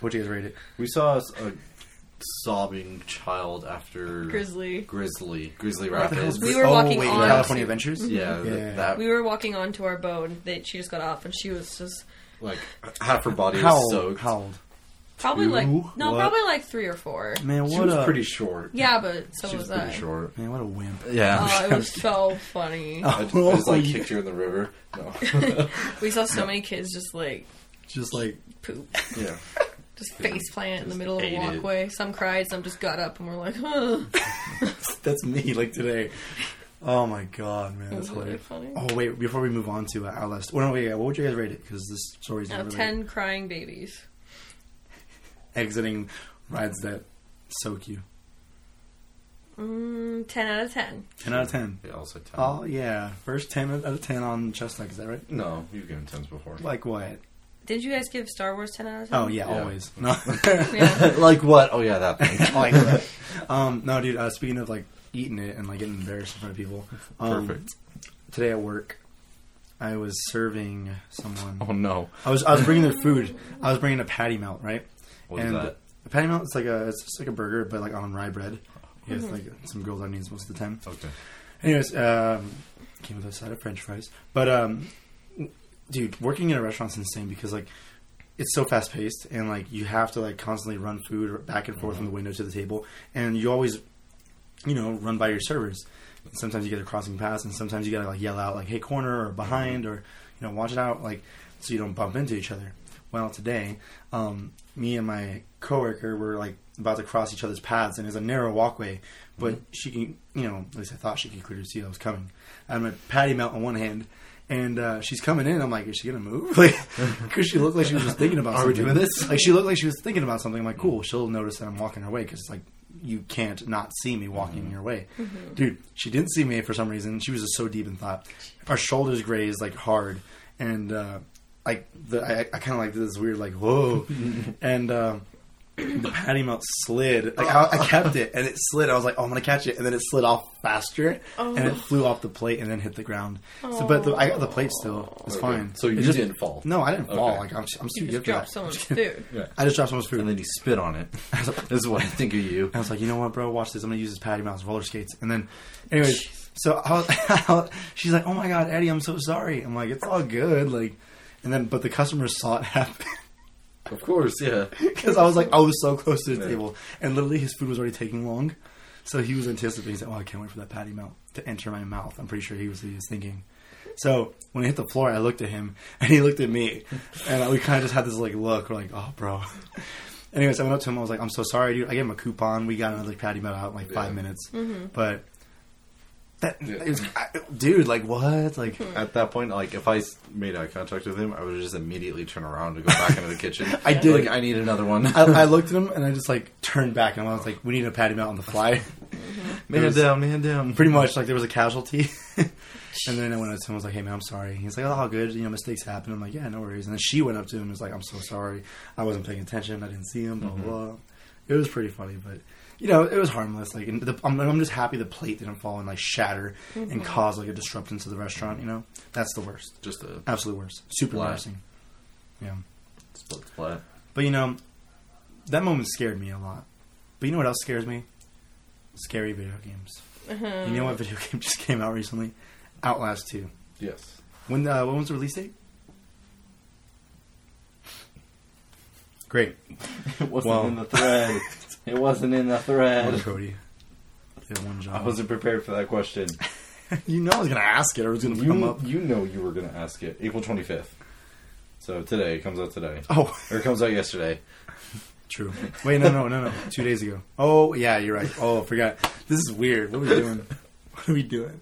[SPEAKER 3] What do you guys rate it?
[SPEAKER 1] We saw s- a sobbing child after
[SPEAKER 2] Grizzly.
[SPEAKER 1] Grizzly, Grizzly
[SPEAKER 3] What the hell's
[SPEAKER 1] Rapids.
[SPEAKER 2] We were walking
[SPEAKER 3] wait,
[SPEAKER 2] on-
[SPEAKER 3] California Adventures.
[SPEAKER 1] yeah, th-
[SPEAKER 3] Yeah.
[SPEAKER 1] that
[SPEAKER 2] We were walking onto our bone. That she just got off, and she was just
[SPEAKER 1] like half her body
[SPEAKER 3] How
[SPEAKER 1] was
[SPEAKER 3] old?
[SPEAKER 1] soaked.
[SPEAKER 3] How old?
[SPEAKER 2] probably
[SPEAKER 1] Two?
[SPEAKER 2] like no,
[SPEAKER 1] What?
[SPEAKER 2] probably like three or four.
[SPEAKER 3] Man,
[SPEAKER 1] She
[SPEAKER 3] what
[SPEAKER 1] was
[SPEAKER 3] a
[SPEAKER 1] pretty short.
[SPEAKER 2] Yeah, but so
[SPEAKER 1] she was
[SPEAKER 2] was
[SPEAKER 1] pretty
[SPEAKER 2] I.
[SPEAKER 1] short.
[SPEAKER 3] man, what a wimp.
[SPEAKER 1] Yeah,
[SPEAKER 2] Oh, it was so funny.
[SPEAKER 1] I just, I just, like kicked her in the river. No,
[SPEAKER 2] We saw so many kids just like
[SPEAKER 3] Just like
[SPEAKER 2] poop,
[SPEAKER 1] yeah,
[SPEAKER 2] just face plant in the
[SPEAKER 1] Just
[SPEAKER 2] middle of
[SPEAKER 1] ate
[SPEAKER 2] a
[SPEAKER 1] it.
[SPEAKER 2] walkway. Some cried, some just got up and were like, huh.
[SPEAKER 3] that's me. Like today. Oh my god, man,
[SPEAKER 2] It
[SPEAKER 3] that's
[SPEAKER 2] was really
[SPEAKER 3] hilarious.
[SPEAKER 2] funny.
[SPEAKER 3] Oh wait, before we move on to uh, Outlast, well, no, wait, yeah, what would you guys rate it? Because this story's not
[SPEAKER 2] Out of
[SPEAKER 3] really
[SPEAKER 2] ten crying babies.
[SPEAKER 3] exiting rides that soak you.
[SPEAKER 2] Mm, ten out of ten.
[SPEAKER 3] Ten out of ten.
[SPEAKER 1] yeah. I'll say ten.
[SPEAKER 3] Oh yeah, first ten out of ten on Just Like. Is that right?
[SPEAKER 1] no, you've given tens before.
[SPEAKER 3] Like what?
[SPEAKER 2] Did you guys give Star Wars ten out of ten?
[SPEAKER 3] Oh yeah,
[SPEAKER 1] Yeah.
[SPEAKER 3] always. No.
[SPEAKER 2] Yeah.
[SPEAKER 1] like what? Oh yeah, that thing.
[SPEAKER 3] like that. Um, no, dude. Uh, speaking of like eating it and like getting embarrassed in front of people. Um,
[SPEAKER 1] Perfect.
[SPEAKER 3] Today at work, I was serving someone.
[SPEAKER 1] Oh no,
[SPEAKER 3] I was I was bringing their food. I was bringing a patty melt, right?
[SPEAKER 1] What is
[SPEAKER 3] and
[SPEAKER 1] that?
[SPEAKER 3] A patty melt is like a it's just like a burger, but like on rye bread. Yeah, it's like some grilled onions most of the time.
[SPEAKER 1] Okay.
[SPEAKER 3] Anyways, um, came with a side of French fries. But um, dude, working in a restaurant's insane because like it's so fast paced and like you have to like constantly run food back and forth
[SPEAKER 1] Mm-hmm.
[SPEAKER 3] from the window to the table, and you always, you know, run by your servers. And sometimes you get a crossing pass, and sometimes you gotta like yell out like "Hey, corner!" or "Behind!" or you know, "Watch it out!" like so you don't bump into each other. Well, today, um, me and my coworker were like about to cross each other's paths, and it's a narrow walkway.
[SPEAKER 1] Mm-hmm.
[SPEAKER 3] But she can, you know, at least I thought she could clearly see I was coming. I had my patty melt in one hand, and uh, she's coming in. I'm like, is she gonna move? Like, because she looked like she was just thinking about.
[SPEAKER 1] Are we
[SPEAKER 3] something.
[SPEAKER 1] doing this?
[SPEAKER 3] Like, she looked like she was thinking about something. I'm like, cool, she'll notice that I'm walking her way because it's like you can't not see me walking
[SPEAKER 2] Mm-hmm.
[SPEAKER 3] your way, dude. She didn't see me for some reason. She was just so deep in thought. Our shoulders grazed like hard, and uh, like the, I, I kind of like did this weird like whoa, and. Uh, the patty melt slid. Like I, I kept it, and it slid. I was like, "Oh, I'm gonna catch it," and then it slid off faster, and
[SPEAKER 2] Oh.
[SPEAKER 3] it flew off the plate and then hit the ground. So, but the, I got the plate still. It's
[SPEAKER 1] Okay.
[SPEAKER 3] fine.
[SPEAKER 1] So you
[SPEAKER 3] It just-
[SPEAKER 1] didn't fall.
[SPEAKER 3] No, I didn't fall.
[SPEAKER 1] Okay.
[SPEAKER 3] Like I'm, I'm
[SPEAKER 2] You
[SPEAKER 3] too
[SPEAKER 2] just
[SPEAKER 3] good for
[SPEAKER 2] dropped
[SPEAKER 3] that.
[SPEAKER 2] someone's food.
[SPEAKER 3] I just dropped someone's food.
[SPEAKER 1] And then you spit on it. this is what I think of you.
[SPEAKER 3] I was like, you know what, bro? Watch this. I'm gonna use this patty mouth roller skates. And then, anyways, so I was, she's like, oh my god, Eddie, I'm so sorry. I'm like, it's all good. Like, and then, but the customers saw it happen
[SPEAKER 1] Of course, yeah.
[SPEAKER 3] because I was like, I was so close to the
[SPEAKER 1] Yeah.
[SPEAKER 3] table, and literally his food was already taking long. So he was anticipating. He's like, oh, I can't wait for that patty melt to enter my mouth. I'm pretty sure he was he was thinking. So when it hit the floor, I looked at him, and he looked at me, and we kind of just had this like look. We're like, oh, bro. Anyways, I went up to him. I was like, "I'm so sorry, dude. I gave him a coupon. We got another patty melt out in like five
[SPEAKER 1] Yeah.
[SPEAKER 3] minutes." But that,
[SPEAKER 1] Yeah.
[SPEAKER 3] it was, I, dude, like what? Like,
[SPEAKER 1] At that point, like if I s- made eye contact with him, I would just immediately turn around and go back into the kitchen.
[SPEAKER 3] I did.
[SPEAKER 1] Like I need another one.
[SPEAKER 3] I, I looked at him and I just like turned back and I was like, "We need a patty melt on the fly."
[SPEAKER 1] man
[SPEAKER 3] was-
[SPEAKER 1] down, man down.
[SPEAKER 3] Pretty much, like there was a casualty. and then I went up to him. I was like, "Hey man, I'm sorry." He's like, "Oh, all good. You know, mistakes happen." I'm like, "Yeah, no worries." And then she went up to him and was like, "I'm so sorry. I wasn't paying attention. I didn't see him."
[SPEAKER 1] Mm-hmm.
[SPEAKER 3] Blah blah. blah. It was pretty funny, but you know, it was harmless. Like, and the, I'm, I'm just happy the plate didn't fall and like shatter and cause like a disruption to the restaurant. You know, that's the worst.
[SPEAKER 1] Just a
[SPEAKER 3] Absolute worst. Super
[SPEAKER 1] Wow.
[SPEAKER 3] embarrassing. Yeah.
[SPEAKER 1] split flat.
[SPEAKER 3] But you know, that moment scared me a lot. But you know what else scares me? Scary video games. You know what video game just came out recently? Outlast 2.
[SPEAKER 1] Yes.
[SPEAKER 3] When uh, when was the release date? Great.
[SPEAKER 1] It wasn't
[SPEAKER 3] Well-
[SPEAKER 1] in the thread. it wasn't in the
[SPEAKER 3] Well,
[SPEAKER 1] thread.
[SPEAKER 3] Cody. You have one
[SPEAKER 1] I
[SPEAKER 3] job.
[SPEAKER 1] wasn't prepared for that question.
[SPEAKER 3] you know I was going to ask it or it was going to come
[SPEAKER 1] You,
[SPEAKER 3] up.
[SPEAKER 1] you know you were going to ask it. April 25th. So today, it comes out today.
[SPEAKER 3] Oh,
[SPEAKER 1] Or it comes out yesterday.
[SPEAKER 3] true. Wait, no, no, no, no. Two days ago. Oh, yeah, you're right. Oh, I forgot. This is weird. What are we doing? What are we doing?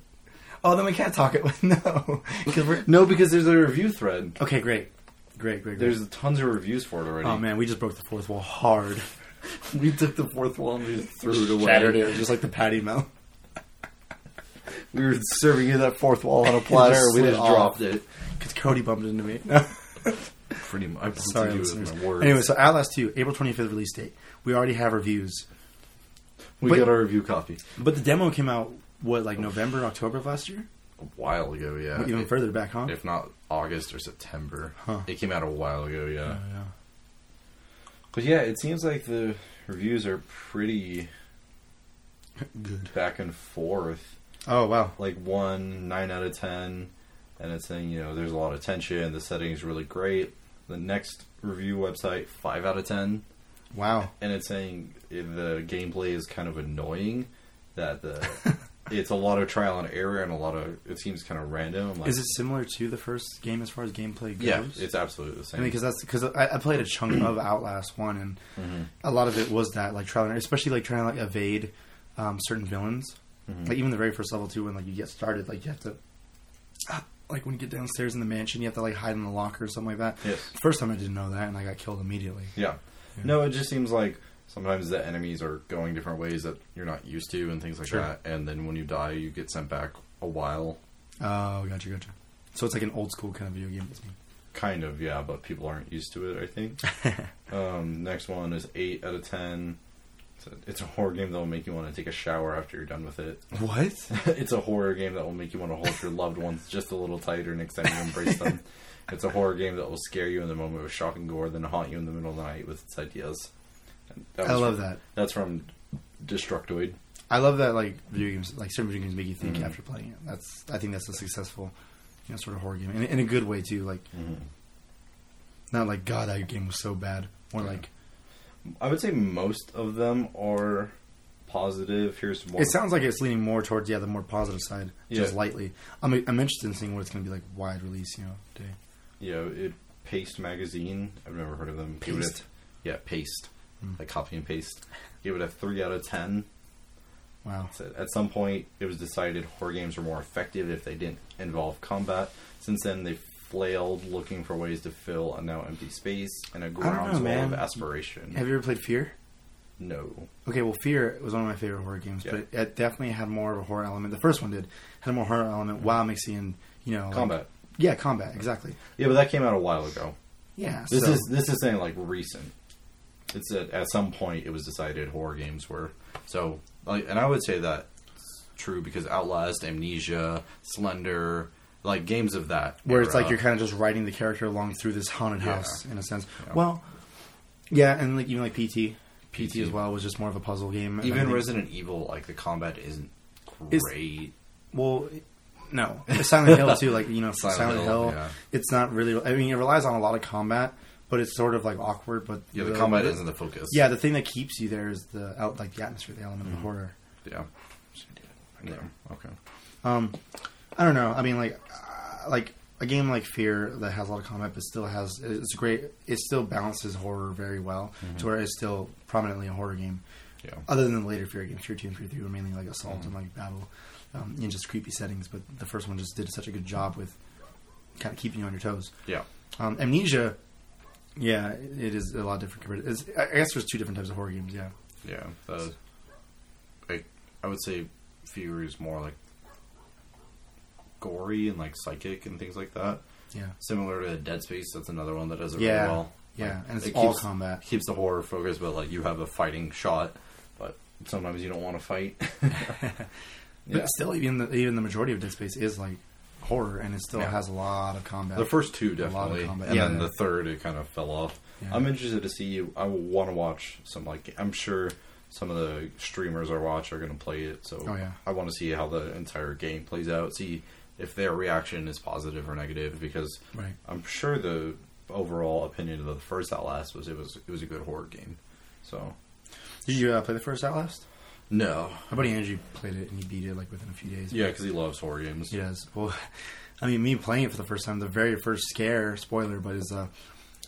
[SPEAKER 3] Oh, then we can't talk it. no. Because we're
[SPEAKER 1] No, because there's a review thread.
[SPEAKER 3] Okay, great. Great, great, great.
[SPEAKER 1] There's tons of reviews for it already.
[SPEAKER 3] oh man, we just broke the fourth wall hard.
[SPEAKER 1] we took the fourth wall and we just threw it away.
[SPEAKER 3] Shattered it, just like the patty melt.
[SPEAKER 1] We were serving you that fourth wall on a
[SPEAKER 3] platter,
[SPEAKER 1] platter.
[SPEAKER 3] we
[SPEAKER 1] we
[SPEAKER 3] just
[SPEAKER 1] just
[SPEAKER 3] dropped
[SPEAKER 1] dropped it.
[SPEAKER 3] Because Cody bumped into me.
[SPEAKER 1] Pretty much. I put
[SPEAKER 3] Sorry,
[SPEAKER 1] to do
[SPEAKER 3] listeners.
[SPEAKER 1] with my words.
[SPEAKER 3] Anyway, so Outlast 2, April 25th release date. We already have reviews.
[SPEAKER 1] we
[SPEAKER 3] but-
[SPEAKER 1] got our review copy
[SPEAKER 3] But the demo came out, what, like November, October of last year?
[SPEAKER 1] a while ago. Yeah,
[SPEAKER 3] Even
[SPEAKER 1] Uh, If-
[SPEAKER 3] further back, huh?
[SPEAKER 1] if not August or September.
[SPEAKER 3] Huh.
[SPEAKER 1] It came out a while ago.
[SPEAKER 3] Oh,
[SPEAKER 1] Yeah,
[SPEAKER 3] yeah.
[SPEAKER 1] but yeah, it seems like the reviews are pretty
[SPEAKER 3] Good.
[SPEAKER 1] back and forth.
[SPEAKER 3] Oh, wow.
[SPEAKER 1] Like one nine out of ten, and it's saying you know there's a lot of tension. The setting's really great. The next review website five out of ten.
[SPEAKER 3] Wow.
[SPEAKER 1] and it's saying the gameplay is kind of annoying. That the it's a lot of trial and error and a lot of it seems kind of random. Like,
[SPEAKER 3] Is it similar to the first game as far as gameplay goes?
[SPEAKER 1] yeah, it's absolutely the
[SPEAKER 3] I
[SPEAKER 1] same.
[SPEAKER 3] mean, because that's because I, I played a chunk of Outlast one, and
[SPEAKER 1] Mm-hmm.
[SPEAKER 3] a lot of it was that like trial and error, especially like trying to like evade um, certain villains.
[SPEAKER 1] Mm-hmm.
[SPEAKER 3] Like even the very first level too, when like you get started, like you have to ah, like when you get downstairs in the mansion, you have to like hide in the locker or something like that.
[SPEAKER 1] Yes.
[SPEAKER 3] First time I didn't know that, and I got killed immediately.
[SPEAKER 1] yeah. no, it just seems like sometimes the enemies are going different ways that you're not used to and things like
[SPEAKER 3] Sure.
[SPEAKER 1] that. And then when you die, you get sent back a while,
[SPEAKER 3] Oh, gotcha, gotcha. So it's like an old school kind of video game. That's me.
[SPEAKER 1] kind of. Yeah, but people aren't used to it. I think. um, next one is eight out of ten. It's a, it's a horror game that will make you want to take a shower after you're done with it.
[SPEAKER 3] What?
[SPEAKER 1] it's a horror game that will make you want to hold your loved ones just a little tighter next time you embrace them. It's a horror game that will scare you in the moment with shocking gore, then haunt you in the middle of the night with its ideas. And that
[SPEAKER 3] I
[SPEAKER 1] was
[SPEAKER 3] love
[SPEAKER 1] from-
[SPEAKER 3] that.
[SPEAKER 1] That's from Destructoid.
[SPEAKER 3] I love that like video games, like certain video games make you think
[SPEAKER 1] Mm-hmm.
[SPEAKER 3] after playing it. That's I think that's a successful, you know, sort of horror game in, in a good way too. Like, not like God, that game was so bad. More like
[SPEAKER 1] I would say most of them are positive. Here's one.
[SPEAKER 3] it sounds like it's leaning more towards yeah the more positive side, just
[SPEAKER 1] Yeah.
[SPEAKER 3] lightly. I'm I'm interested in seeing what it's going to be like wide release, you know, day.
[SPEAKER 1] you know, it, Paste Magazine. I've never heard of them. Give it
[SPEAKER 3] Paste? Hmm.
[SPEAKER 1] a- yeah, Paste. Like copy and paste. Give it a 3 out of 10.
[SPEAKER 3] Wow,
[SPEAKER 1] said, At some point, it was decided horror games were more effective if they didn't involve combat. Since then, they flailed looking for ways to fill a now empty space and a
[SPEAKER 3] know,
[SPEAKER 1] groundswell
[SPEAKER 3] man.
[SPEAKER 1] of aspiration.
[SPEAKER 3] have you ever played Fear?
[SPEAKER 1] no.
[SPEAKER 3] Okay, well, Fear was one of my favorite horror games,
[SPEAKER 1] Yeah.
[SPEAKER 3] but it definitely had more of a horror element. The first one did had a more horror element while mixing in, you know, like-
[SPEAKER 1] Combat.
[SPEAKER 3] yeah, combat, exactly.
[SPEAKER 1] Yeah, but that came out a while ago.
[SPEAKER 3] Yeah,
[SPEAKER 1] This
[SPEAKER 3] so-
[SPEAKER 1] is this is saying like recent. It's that at some point it was decided horror games were so like, and I would say that's true because Outlast, Amnesia, Slender, like games of that
[SPEAKER 3] where it's like
[SPEAKER 1] era.
[SPEAKER 3] you're kind of just riding the character along through this haunted house in a sense.
[SPEAKER 1] Yeah.
[SPEAKER 3] Well, yeah, and like even like PT, PT,
[SPEAKER 1] PT.
[SPEAKER 3] as well was just more of a puzzle game. And I
[SPEAKER 1] even
[SPEAKER 3] think-
[SPEAKER 1] Resident Evil like the combat isn't
[SPEAKER 3] Is-
[SPEAKER 1] great.
[SPEAKER 3] well, no, Silent Hill too. Like you know, Silent,
[SPEAKER 1] Silent
[SPEAKER 3] Hill,
[SPEAKER 1] Hill, yeah.
[SPEAKER 3] it's not really. I mean, it relies on a lot of combat, but it's sort of like awkward. But
[SPEAKER 1] Yeah, the, combat isn't the focus.
[SPEAKER 3] Yeah, the thing that keeps you there is the out like the atmosphere, the element
[SPEAKER 1] Mm-hmm.
[SPEAKER 3] of horror.
[SPEAKER 1] Yeah. Yeah. Okay.
[SPEAKER 3] Um, I don't know. I mean, like, uh, like a game like Fear that has a lot of combat, but still has it's great. It still balances horror very well,
[SPEAKER 1] Mm-hmm.
[SPEAKER 3] to where it's still prominently a horror game.
[SPEAKER 1] Yeah.
[SPEAKER 3] Other than the later Fear games, Fear Two and Fear Three were mainly like assault and like battle, um, in just creepy settings. But the first one just did such a good job with kind of keeping you on your toes.
[SPEAKER 1] Yeah.
[SPEAKER 3] Um, Amnesia, yeah, it is a lot different compared. It's, I guess there's two different types of horror games. Yeah,
[SPEAKER 1] Yeah. The, I, I would say Fear is more like gory and like psychic and things like that.
[SPEAKER 3] yeah.
[SPEAKER 1] Similar to Dead Space, that's another one that does it
[SPEAKER 3] Yeah.
[SPEAKER 1] really well.
[SPEAKER 3] Yeah,
[SPEAKER 1] Like,
[SPEAKER 3] and it's
[SPEAKER 1] it
[SPEAKER 3] all
[SPEAKER 1] keeps-
[SPEAKER 3] combat.
[SPEAKER 1] Keeps the horror focus, but like you have a fighting shot, but sometimes you don't want to fight.
[SPEAKER 3] But
[SPEAKER 1] Yeah.
[SPEAKER 3] still, even the, even the majority of Dead Space is like horror, and it still
[SPEAKER 1] Yeah.
[SPEAKER 3] has a lot of combat.
[SPEAKER 1] The first two
[SPEAKER 3] A lot of
[SPEAKER 1] definitely,
[SPEAKER 3] combat.
[SPEAKER 1] and
[SPEAKER 3] Yeah.
[SPEAKER 1] then the third it kind of fell off.
[SPEAKER 3] Yeah.
[SPEAKER 1] I'm interested to see you. I want to watch some like I'm sure some of the streamers I watch are going to play it. So
[SPEAKER 3] Oh, yeah.
[SPEAKER 1] I want to see how the entire game plays out. See if their reaction is positive or negative because
[SPEAKER 3] Right.
[SPEAKER 1] I'm sure the overall opinion of the first Outlast was it was it was a good horror game. So
[SPEAKER 3] Did you uh, play the first Outlast?
[SPEAKER 1] no,
[SPEAKER 3] My buddy Andrew played it and he beat it like within a few days.
[SPEAKER 1] yeah, because he loves horror games.
[SPEAKER 3] He does. Well, I mean, me playing it for the first time, the very first scare spoiler, but is uh,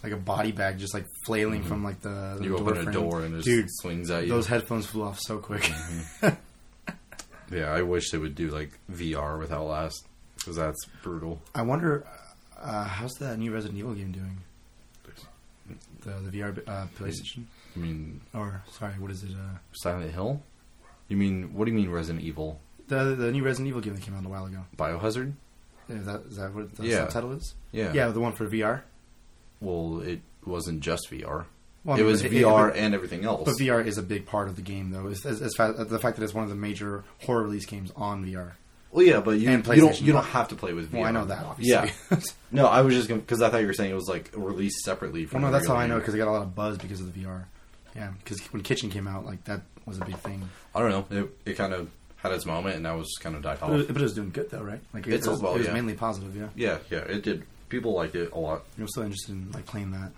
[SPEAKER 3] like a body bag just like flailing from like the, the
[SPEAKER 1] Mm-hmm. You open a
[SPEAKER 3] frame.
[SPEAKER 1] door and Mm-hmm. it just
[SPEAKER 3] dude,
[SPEAKER 1] swings at you.
[SPEAKER 3] Those headphones flew off so quick.
[SPEAKER 1] Yeah, I wish they would do like VR with Outlast because that's brutal.
[SPEAKER 3] I wonder, uh, how's that new Resident Evil game doing? The, the VR uh, PlayStation?
[SPEAKER 1] I mean,
[SPEAKER 3] Or, sorry, what is it? Uh,
[SPEAKER 1] Silent Hill. You mean what do you mean Resident Evil?
[SPEAKER 3] the, the new Resident Evil game that came out a while ago.
[SPEAKER 1] Biohazard?
[SPEAKER 3] Is that, is that what the
[SPEAKER 1] Yeah.
[SPEAKER 3] subtitle is?
[SPEAKER 1] Yeah.
[SPEAKER 3] Yeah, the one for VR.
[SPEAKER 1] Well, it wasn't just VR.
[SPEAKER 3] Well, I
[SPEAKER 1] it
[SPEAKER 3] mean,
[SPEAKER 1] was VR
[SPEAKER 3] but-
[SPEAKER 1] and everything else.
[SPEAKER 3] But VR is a big part of the game, though. It's, it's, it's fa- the fact that it's one of the major horror release games on VR.
[SPEAKER 1] well, yeah, but you,
[SPEAKER 3] and
[SPEAKER 1] you don't
[SPEAKER 3] PlayStation
[SPEAKER 1] you don't
[SPEAKER 3] One.
[SPEAKER 1] have to play with VR.
[SPEAKER 3] Well, I know that, obviously.
[SPEAKER 1] Yeah. No, I was just because I thought you were saying it was like released separately from.
[SPEAKER 3] well, no,
[SPEAKER 1] the
[SPEAKER 3] that's how
[SPEAKER 1] regular
[SPEAKER 3] I know
[SPEAKER 1] game.
[SPEAKER 3] because I got a lot of buzz because of the VR. Yeah, because when Kitchen came out, like that was a big thing.
[SPEAKER 1] I don't know. It, it kind of had its moment, and that was kind of died
[SPEAKER 3] But, it was,
[SPEAKER 1] off.
[SPEAKER 3] but it was doing good though, right? Like it,
[SPEAKER 1] It
[SPEAKER 3] it was,
[SPEAKER 1] sold well,
[SPEAKER 3] it was
[SPEAKER 1] yeah.
[SPEAKER 3] mainly positive. Yeah,
[SPEAKER 1] Yeah, yeah, it did. People liked it a lot.
[SPEAKER 3] I'm still interested in like playing that.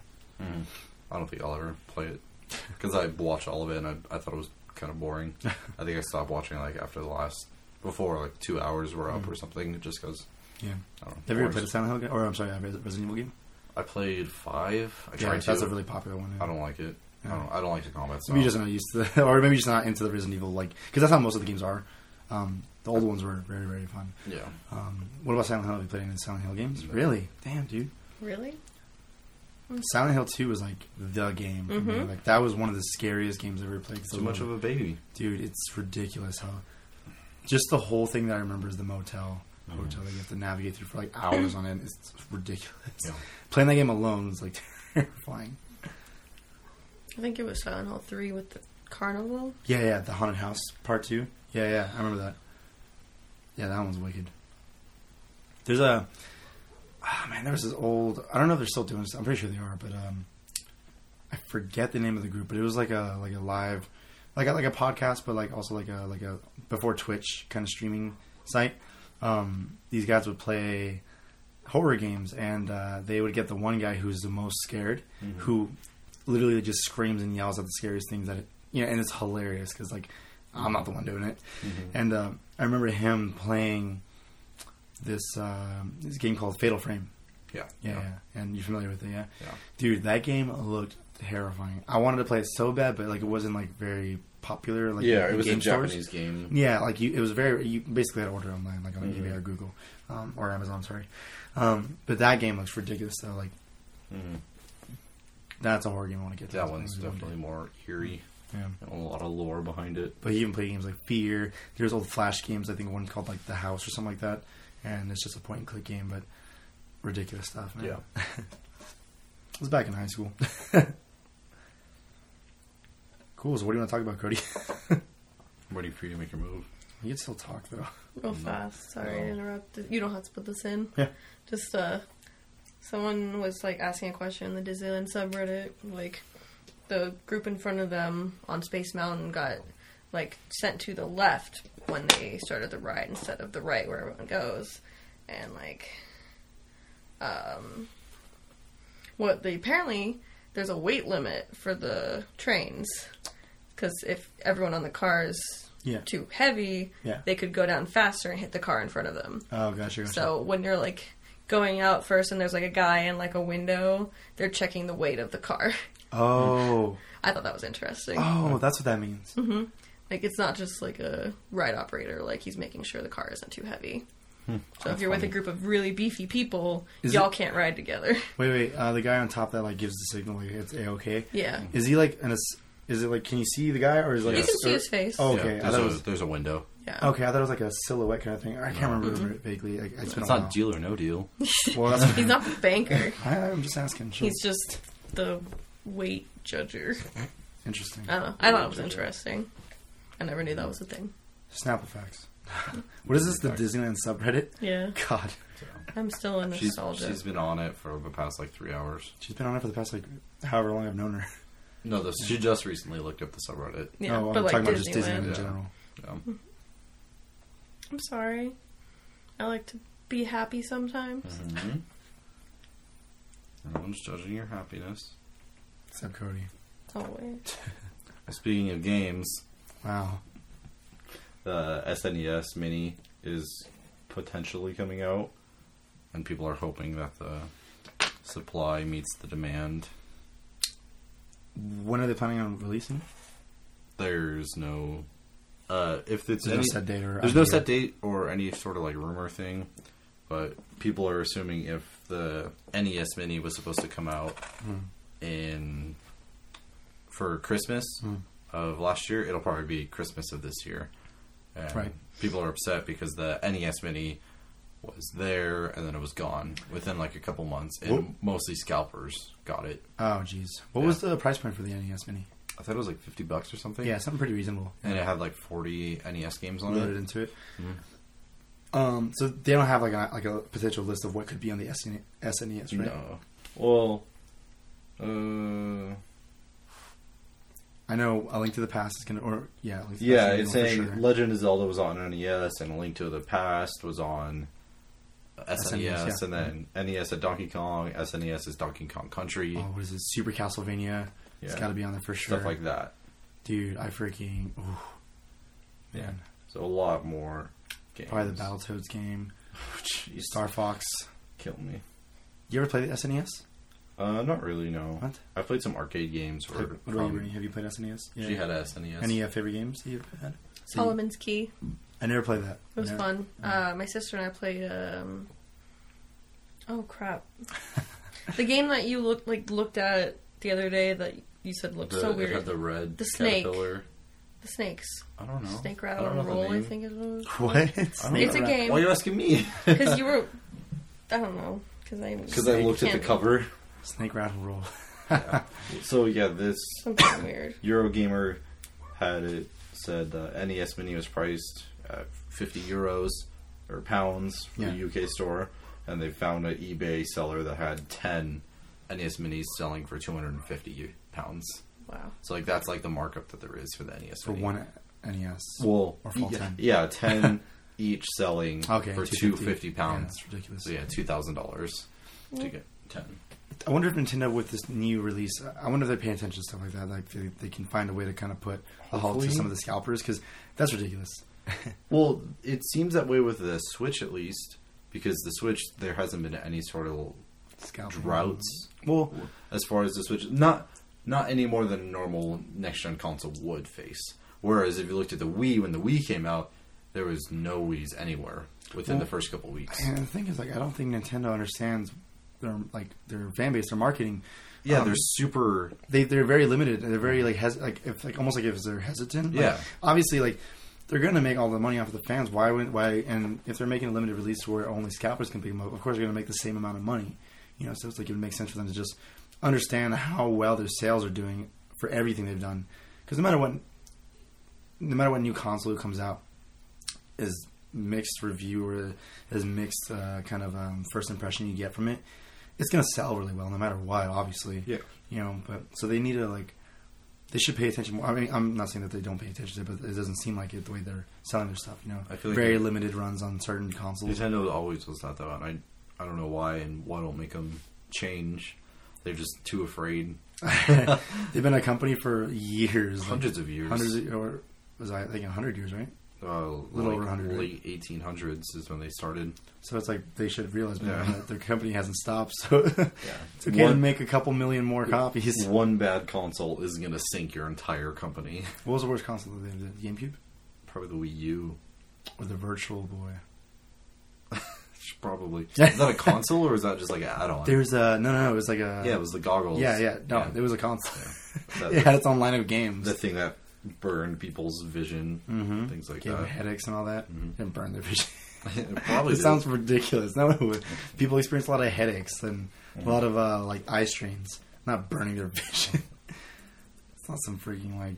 [SPEAKER 1] I don't think I'll ever play it because I watched all of it, and I, I thought it was kind of boring. I think I stopped watching like after the last before like two hours were up or something, just because.
[SPEAKER 3] Yeah.
[SPEAKER 1] I don't know.
[SPEAKER 3] Hmm. Have you ever
[SPEAKER 1] boring.
[SPEAKER 3] played a Silent Hill game? Or I'm sorry, a Res- Resident Evil game?
[SPEAKER 1] I played five. I
[SPEAKER 3] Yeah,
[SPEAKER 1] tried
[SPEAKER 3] that's
[SPEAKER 1] to.
[SPEAKER 3] a really popular one. Yeah.
[SPEAKER 1] I don't like it. I
[SPEAKER 3] Yeah.
[SPEAKER 1] don't. I don't like the combat
[SPEAKER 3] Maybe
[SPEAKER 1] style.
[SPEAKER 3] you're just not used to, the, or maybe you're just not into the Resident Evil like because that's how most of the games are. Um, the old ones were very very fun.
[SPEAKER 1] yeah.
[SPEAKER 3] Um, what about Silent Hill? Have you played any Silent Hill games? Really? Damn, dude.
[SPEAKER 2] Really?
[SPEAKER 3] Silent Hill 2 was like the game. for me.
[SPEAKER 2] Mhm.
[SPEAKER 3] Like that was one of the scariest games I ever played.
[SPEAKER 1] Too much of a baby.
[SPEAKER 3] dude. It's ridiculous how just the whole thing that I remember is the motel
[SPEAKER 1] Mm-hmm.
[SPEAKER 3] hotel that you have to navigate through for like hours on end. It's ridiculous.
[SPEAKER 1] Yeah.
[SPEAKER 3] Playing that game alone is like terrifying.
[SPEAKER 2] I think it was Silent Hill 3 with the carnival.
[SPEAKER 3] Yeah, yeah. The haunted house part two. Yeah, yeah. I remember that. Yeah, that one's wicked. There's a ah man. There was this old. I don't know if they're still doing this. I'm pretty sure they are, but um, I forget the name of the group. But it was like a like a live, like a, like a podcast, but like also like a like a before Twitch kind of streaming site. Um, these guys would play horror games, and uh, they would get the one guy who's the most scared, who literally just screams and yells at the scariest things that it, you know, and it's hilarious because like I'm not the one doing it,
[SPEAKER 1] Mm-hmm.
[SPEAKER 3] and um I remember him playing this um this game called Fatal Frame.
[SPEAKER 1] Yeah.
[SPEAKER 3] Yeah, yeah, and you're familiar with it, yeah?
[SPEAKER 1] Yeah.
[SPEAKER 3] Dude, that game looked terrifying. I wanted to play it so bad, but like it wasn't like very popular. Like
[SPEAKER 1] Yeah,
[SPEAKER 3] in
[SPEAKER 1] it was
[SPEAKER 3] game
[SPEAKER 1] a
[SPEAKER 3] stores.
[SPEAKER 1] Japanese game.
[SPEAKER 3] Yeah, like you, it was very. You basically had to order online, like on
[SPEAKER 1] Mm-hmm.
[SPEAKER 3] eBay or Google um, or Amazon. Sorry, um, but that game looks ridiculous though. Like,
[SPEAKER 1] Mhm.
[SPEAKER 3] that's a horror game I want to get. to.
[SPEAKER 1] That one's
[SPEAKER 3] Maybe one
[SPEAKER 1] definitely more eerie.
[SPEAKER 3] day. Yeah.
[SPEAKER 1] and A lot of lore behind it.
[SPEAKER 3] But he even played games like Fear. There's old Flash games. I think one called like The House or something like that. And it's just a point and click game, but ridiculous stuff. Man.
[SPEAKER 1] Yeah.
[SPEAKER 3] it was back in high school. cool. So what do you want to talk about, Cody?
[SPEAKER 1] I'm ready for you to make your move.
[SPEAKER 3] you can still talk though.
[SPEAKER 2] Real fast. Sorry
[SPEAKER 1] No.
[SPEAKER 2] I interrupted. You don't have to put this in.
[SPEAKER 3] Yeah.
[SPEAKER 2] Just, uh, someone was, like, asking a question in the Disneyland subreddit. Like, the group in front of them on Space Mountain got, like, sent to the left when they started the ride instead of the right where everyone goes. And, like, um, what they apparently, there's a weight limit for the trains. Because if everyone on the car's
[SPEAKER 3] Yeah.
[SPEAKER 2] too heavy,
[SPEAKER 3] Yeah.
[SPEAKER 2] they could go down faster and hit the car in front of them.
[SPEAKER 3] Oh, gotcha. gotcha.
[SPEAKER 2] So when you're like going out first and there's like a guy in like a window, they're checking the weight of the car.
[SPEAKER 3] oh,
[SPEAKER 2] I thought that was interesting.
[SPEAKER 3] oh, that's what that means.
[SPEAKER 2] Mm-hmm. Like it's not just like a ride operator, like he's making sure the car isn't too heavy. So if
[SPEAKER 1] That's
[SPEAKER 2] you're with a
[SPEAKER 1] funny.
[SPEAKER 2] group of really beefy people,
[SPEAKER 3] Is
[SPEAKER 2] y'all
[SPEAKER 3] it-
[SPEAKER 2] can't ride together.
[SPEAKER 3] Wait, wait. Uh, the guy on top that like gives the signal like it's a okay.
[SPEAKER 2] yeah.
[SPEAKER 3] Is he like an? ass- Is it like? Can you see the guy or is it, like?
[SPEAKER 1] You
[SPEAKER 3] a
[SPEAKER 1] can
[SPEAKER 2] see
[SPEAKER 3] cir-
[SPEAKER 2] his face.
[SPEAKER 3] Oh,
[SPEAKER 1] Yeah,
[SPEAKER 3] okay. I
[SPEAKER 1] there's,
[SPEAKER 3] thought it
[SPEAKER 1] a,
[SPEAKER 3] was
[SPEAKER 1] there's a window.
[SPEAKER 2] Yeah.
[SPEAKER 3] Okay, I thought it was like a silhouette kind of thing. I can't remember
[SPEAKER 2] Mm-hmm.
[SPEAKER 3] it vaguely. Like, it's been
[SPEAKER 1] It's
[SPEAKER 3] a while.
[SPEAKER 1] not deal or no deal.
[SPEAKER 3] Well, that's,
[SPEAKER 2] He's not the banker.
[SPEAKER 3] I, I'm just asking. Sure.
[SPEAKER 2] he's just the weight judger.
[SPEAKER 3] Interesting.
[SPEAKER 2] I don't know. I thought it was
[SPEAKER 1] Judger.
[SPEAKER 2] interesting. I never knew that was a thing.
[SPEAKER 3] Snapple facts. what is this? The Disneyland subreddit?
[SPEAKER 2] Yeah.
[SPEAKER 3] God,
[SPEAKER 2] I'm still in
[SPEAKER 1] She's
[SPEAKER 2] nostalgia.
[SPEAKER 1] she's been on it for the past like three hours.
[SPEAKER 3] she's been on it for the past like however long I've known her.
[SPEAKER 1] No, this, she just recently looked up the subreddit.
[SPEAKER 2] Yeah,
[SPEAKER 3] oh, I'm
[SPEAKER 2] but like
[SPEAKER 3] talking
[SPEAKER 2] Disneyland.
[SPEAKER 3] about just Disneyland in
[SPEAKER 1] Yeah.
[SPEAKER 3] general.
[SPEAKER 1] Yeah.
[SPEAKER 2] I'm sorry. I like to be happy sometimes.
[SPEAKER 1] Mhm. Everyone's judging your happiness.
[SPEAKER 3] Except Cody.
[SPEAKER 1] Mm-hmm.
[SPEAKER 2] Always.
[SPEAKER 1] Uh, Speaking of games,
[SPEAKER 3] Wow.
[SPEAKER 1] the SNES Mini is potentially coming out, and people are hoping that the supply meets the demand.
[SPEAKER 3] When are they planning on releasing?
[SPEAKER 1] There's no, uh, if it's
[SPEAKER 3] There's no
[SPEAKER 1] any-
[SPEAKER 3] set date or
[SPEAKER 1] there's no
[SPEAKER 3] idea.
[SPEAKER 1] set date or any sort of like rumor thing, E
[SPEAKER 3] Hmm.
[SPEAKER 1] but people are assuming if the NES Mini was supposed to come out in for Christmas
[SPEAKER 3] Hmm.
[SPEAKER 1] of last year. It'll probably be Christmas of this year. And
[SPEAKER 3] Right.
[SPEAKER 1] People are upset because the NES Mini was there and then it was gone within like a couple months, and
[SPEAKER 3] Whoop.
[SPEAKER 1] mostly scalpers got it.
[SPEAKER 3] Oh, jeez. What was the price point for the NES Mini?
[SPEAKER 1] I thought it was like fifty bucks or something.
[SPEAKER 3] Yeah, something pretty reasonable.
[SPEAKER 1] And it had like forty NES games on
[SPEAKER 3] Loaded
[SPEAKER 1] it.
[SPEAKER 3] into it.
[SPEAKER 1] Mm-hmm.
[SPEAKER 3] Um, so they don't have like a, like a potential list of what could be on the E SN- SNES, right?
[SPEAKER 1] No. Well. Uh.
[SPEAKER 3] I know a link to the past is gonna, or yeah, a Link to the
[SPEAKER 1] Yeah,
[SPEAKER 3] Past
[SPEAKER 1] it's
[SPEAKER 3] is gonna be
[SPEAKER 1] saying
[SPEAKER 3] one for sure.
[SPEAKER 1] Legend of Zelda was on NES, and A Link to the Past was on SNES,
[SPEAKER 3] SNES, E yeah.
[SPEAKER 1] and then NES at Donkey Kong, SNES is Donkey Kong Country,
[SPEAKER 3] Oh, what is it? Super Castlevania. It's
[SPEAKER 1] Yeah.
[SPEAKER 3] got to be on there for sure.
[SPEAKER 1] stuff like that.
[SPEAKER 3] Dude, I freaking ooh,
[SPEAKER 1] Yeah,
[SPEAKER 3] man.
[SPEAKER 1] so a lot more games.
[SPEAKER 3] Probably the Battletoads game,
[SPEAKER 1] Jeez,
[SPEAKER 3] Star Fox.
[SPEAKER 1] kill me.
[SPEAKER 3] You ever play the SNES?
[SPEAKER 1] Uh, not really. No,
[SPEAKER 3] What?
[SPEAKER 1] I played some arcade games. Where
[SPEAKER 3] What about you, Brittany? Have you played SNES?
[SPEAKER 1] she had E a SNES.
[SPEAKER 3] Any uh, favorite games that you've had? See,
[SPEAKER 2] Solomon's Key.
[SPEAKER 3] I never played that.
[SPEAKER 2] It was
[SPEAKER 3] Never-
[SPEAKER 2] fun.
[SPEAKER 1] Mm-hmm.
[SPEAKER 2] Uh, my sister and I played. Um, oh crap! the game that you looked like looked at the other day that you said looked
[SPEAKER 1] the,
[SPEAKER 2] so
[SPEAKER 1] It
[SPEAKER 2] weird.
[SPEAKER 1] had
[SPEAKER 2] The,
[SPEAKER 1] the red
[SPEAKER 2] The snake.
[SPEAKER 1] caterpillar.
[SPEAKER 2] snakes,
[SPEAKER 1] Oh, I don't know.
[SPEAKER 2] snake
[SPEAKER 1] I
[SPEAKER 2] rattle
[SPEAKER 1] don't know
[SPEAKER 2] and
[SPEAKER 1] the
[SPEAKER 2] roll. I
[SPEAKER 1] name.
[SPEAKER 2] think it was
[SPEAKER 3] What?
[SPEAKER 2] It's a game.
[SPEAKER 1] Why are you asking me?
[SPEAKER 2] because you were. I don't know because I
[SPEAKER 1] Because I looked at the
[SPEAKER 2] can't-
[SPEAKER 1] cover.
[SPEAKER 3] Snake rattle roll.
[SPEAKER 1] So yeah, this
[SPEAKER 2] Something weird.
[SPEAKER 1] Eurogamer had it said uh, NES Mini was priced at 50 euros or pounds for
[SPEAKER 3] Yeah.
[SPEAKER 1] the UK store, and they found an eBay seller that had 10 NES Minis selling for 250 eu- pounds.
[SPEAKER 2] Wow.
[SPEAKER 1] So like that's like the markup that there is for the NES
[SPEAKER 3] for
[SPEAKER 1] Mini.
[SPEAKER 3] one E NES.
[SPEAKER 1] well,
[SPEAKER 3] or full
[SPEAKER 1] yeah,
[SPEAKER 3] 10.
[SPEAKER 1] yeah, 10 each selling
[SPEAKER 3] Okay,
[SPEAKER 1] for
[SPEAKER 3] 250.
[SPEAKER 1] 250
[SPEAKER 3] Yeah,
[SPEAKER 1] pounds.
[SPEAKER 3] that's ridiculous.
[SPEAKER 1] So yeah, two thousand dollars to get 10.
[SPEAKER 3] I wonder if Nintendo, with this new release, I wonder if they pay attention to stuff like that. Like they, they can find a way to kind of put a halt to
[SPEAKER 1] Hopefully.
[SPEAKER 3] some of the scalpers because that's ridiculous.
[SPEAKER 1] Well, it seems that way with the Switch at least, because the Switch there hasn't been any sort of
[SPEAKER 3] Scalpers.
[SPEAKER 1] droughts
[SPEAKER 3] Well,
[SPEAKER 1] as far as the Switch. Not not any more than a normal next gen console would face. Whereas if you looked at the Wii when the Wii came out, there was no Wii's anywhere within the first couple weeks.
[SPEAKER 3] and the thing is, like, I don't think Nintendo understands their like their fan base, their marketing.
[SPEAKER 1] Yeah,
[SPEAKER 3] Um,
[SPEAKER 1] they're super.
[SPEAKER 3] they they're very limited. and They're very like hes- like if like almost like if they're hesitant. Like,
[SPEAKER 1] Yeah.
[SPEAKER 3] Obviously, like they're gonna make all the money off of the fans. Why would why? And if they're making a limited release where only scalpers can pick them up, of course they're gonna make the same amount of money. You know, so it's like it would make sense for them to just understand how well their sales are doing for everything they've done. Because no matter what, no matter what new console comes out, is mixed review or as mixed uh, kind of um, first impression you get from it, it's gonna sell really well no matter what. Obviously,
[SPEAKER 1] Yeah.
[SPEAKER 3] You know, but so they need to like they should pay attention more. I mean, I'm not saying that they don't pay attention to it, but it doesn't seem like it the way they're selling their stuff. You know,
[SPEAKER 1] I feel like-
[SPEAKER 3] very limited runs on certain consoles.
[SPEAKER 1] Nintendo always was that though, and I I don't know why and what will make them change. They're just too afraid.
[SPEAKER 3] They've been a company for years, like,
[SPEAKER 1] Mm-hmm. Hundreds of years.
[SPEAKER 3] hundreds, of, or was I thinking hundred years, right?
[SPEAKER 1] uh,
[SPEAKER 3] Little over
[SPEAKER 1] like
[SPEAKER 3] 100, right?
[SPEAKER 1] late 1800s is when they started.
[SPEAKER 3] So it's like they should realize by
[SPEAKER 1] Yeah.
[SPEAKER 3] now that their company hasn't stopped. So it's okay to
[SPEAKER 1] One-
[SPEAKER 3] make a couple million more copies.
[SPEAKER 1] One bad console is going to sink your entire company.
[SPEAKER 3] What was the worst console that they did? GameCube
[SPEAKER 1] Probably the Wii U.
[SPEAKER 3] or the Virtual Boy?
[SPEAKER 1] Probably. Is that a console or is that just like an add on?
[SPEAKER 3] There's a no, no, no. It was like a
[SPEAKER 1] Yeah, it was the goggles.
[SPEAKER 3] yeah, yeah. No, it was a console. it had its own line of games.
[SPEAKER 1] the thing that burned people's vision, things like
[SPEAKER 3] Mm-hmm. Gave them
[SPEAKER 1] that.
[SPEAKER 3] headaches and all that, and burned their vision.
[SPEAKER 1] It probably
[SPEAKER 3] it
[SPEAKER 1] did.
[SPEAKER 3] sounds ridiculous. No, it was- people experience a lot of headaches and
[SPEAKER 1] Mm-hmm.
[SPEAKER 3] a lot of uh, like eye strains, not burning their vision. it's not some freaking like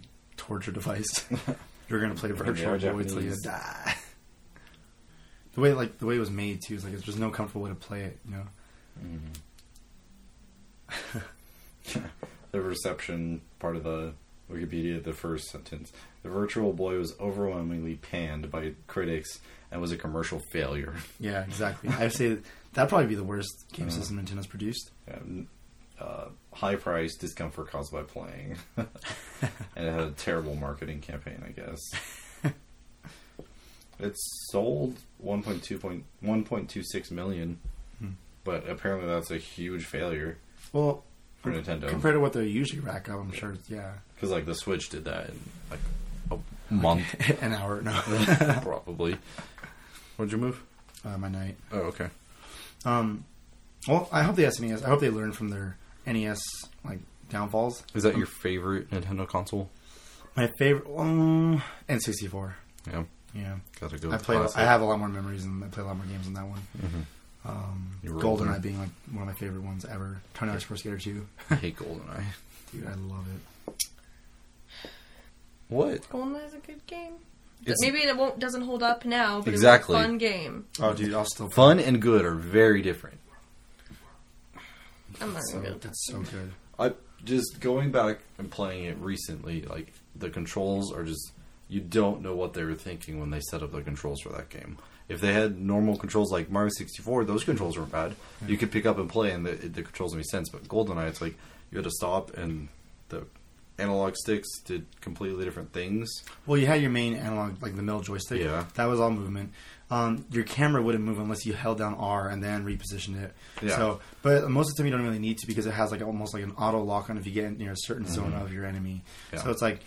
[SPEAKER 3] torture device. You're gonna play virtual
[SPEAKER 1] are
[SPEAKER 3] boy till you
[SPEAKER 1] Japanese.
[SPEAKER 3] die. The way like the way it was made too is like it's just no comfortable way to play it. You know,
[SPEAKER 1] the reception part of the Wikipedia, the first sentence. The Virtual Boy was overwhelmingly panned by critics and was a commercial failure.
[SPEAKER 3] yeah, exactly. I would say that'd probably be the worst game
[SPEAKER 1] Mm-hmm.
[SPEAKER 3] system Nintendo's produced.
[SPEAKER 1] Um, uh, high price, discomfort caused by playing. and it had a terrible marketing campaign, I guess. it sold 1.2 point- 1.26 million,
[SPEAKER 3] Hmm.
[SPEAKER 1] but apparently that's a huge failure
[SPEAKER 3] Well,
[SPEAKER 1] for Nintendo.
[SPEAKER 3] compared to what they usually rack up, I'm sure. it's- Yeah,
[SPEAKER 1] Because, like, the Switch did that in, like, a month,
[SPEAKER 3] an hour. No,
[SPEAKER 1] probably. Where'd you move?
[SPEAKER 3] uh, my night.
[SPEAKER 1] Oh, okay.
[SPEAKER 3] E Um, well, I hope the SNES. I hope they learn from their NES like downfalls.
[SPEAKER 1] Is that your favorite Nintendo console?
[SPEAKER 3] My favorite um, N64.
[SPEAKER 1] Yeah,
[SPEAKER 3] Yeah,
[SPEAKER 1] gotta go.
[SPEAKER 3] I
[SPEAKER 1] with
[SPEAKER 3] played.
[SPEAKER 1] classic.
[SPEAKER 3] I have a lot more memories and I play a lot more games on that one. Um,
[SPEAKER 1] You were older.
[SPEAKER 3] Goldeneye being like one of my favorite ones ever. Tony Hawk's Pro Skater 2.
[SPEAKER 1] I hate Goldeneye.
[SPEAKER 3] Dude, I love it.
[SPEAKER 1] What?
[SPEAKER 2] GoldenEye's a good game.
[SPEAKER 1] It's-
[SPEAKER 2] Maybe it won't doesn't hold up now, but
[SPEAKER 1] Exactly.
[SPEAKER 2] it's a fun game.
[SPEAKER 3] Oh, dude, I'll still play.
[SPEAKER 1] Fun and good are very different.
[SPEAKER 2] I'm not
[SPEAKER 3] So,
[SPEAKER 2] good.
[SPEAKER 3] it's so good.
[SPEAKER 1] I just going back and playing it recently. Like the controls are just you don't know what they were thinking when they set up the controls for that game. If they had normal controls like Mario 64, those controls weren't bad. You could pick up and play, and the, the controls made sense. But GoldenEye, it's like you had to stop, and the analog sticks did completely different things.
[SPEAKER 3] Well, you had your main analog, like the middle joystick.
[SPEAKER 1] Yeah.
[SPEAKER 3] That was all movement. Um, your camera wouldn't move unless you held down R and then repositioned it.
[SPEAKER 1] Yeah.
[SPEAKER 3] So, but most of the time you don't really need to because it has like almost like an auto lock on if you get near a certain zone of your enemy.
[SPEAKER 1] Mm-hmm. Yeah.
[SPEAKER 3] So it's like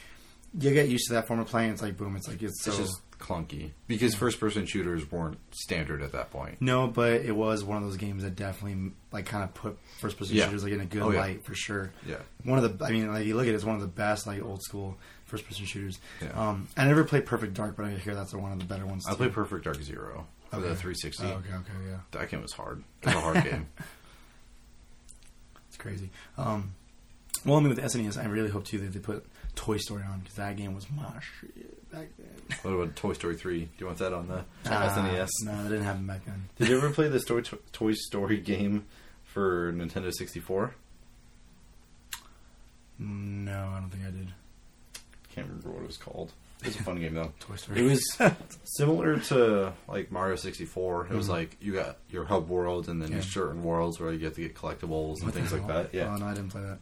[SPEAKER 3] you get used to that form of playing. It's like boom. It's like it's so
[SPEAKER 1] it's just clunky because first-person shooters weren't standard at that point.
[SPEAKER 3] no, but it was one of those games that definitely like kind of put first person
[SPEAKER 1] Yeah.
[SPEAKER 3] shooters like in a good
[SPEAKER 1] Oh, yeah.
[SPEAKER 3] light for sure.
[SPEAKER 1] Yeah.
[SPEAKER 3] One of the, I mean, like you look at it, it's one of the best like old school first person shooters.
[SPEAKER 1] Yeah.
[SPEAKER 3] Um, I never played Perfect Dark, but I hear that's one of the better ones.
[SPEAKER 1] I
[SPEAKER 3] too.
[SPEAKER 1] played Perfect Dark Zero for the
[SPEAKER 3] Okay.
[SPEAKER 1] 360.
[SPEAKER 3] Oh, okay, okay, yeah.
[SPEAKER 1] That game was hard. It was a hard game.
[SPEAKER 3] It's crazy. Um, well, I mean, with SNES, I really hope too that they put Toy Story on because that game was my shit back then.
[SPEAKER 1] What about Toy Story 3? Do you want that on the
[SPEAKER 3] Ah,
[SPEAKER 1] SNES?
[SPEAKER 3] No, that didn't happen back then.
[SPEAKER 1] Did you ever play this Toy, Toy Story game for Nintendo 64?
[SPEAKER 3] No, I don't think I did.
[SPEAKER 1] Can't remember what it was called. It was a fun game though.
[SPEAKER 3] Toy Story.
[SPEAKER 1] It was similar to like Mario 64. It was like you got your hub world and then your
[SPEAKER 3] Mm-hmm. Yeah.
[SPEAKER 1] certain worlds where you get to get collectibles and
[SPEAKER 3] What the
[SPEAKER 1] things like
[SPEAKER 3] hell?
[SPEAKER 1] that. Yeah.
[SPEAKER 3] Oh no, I didn't play that.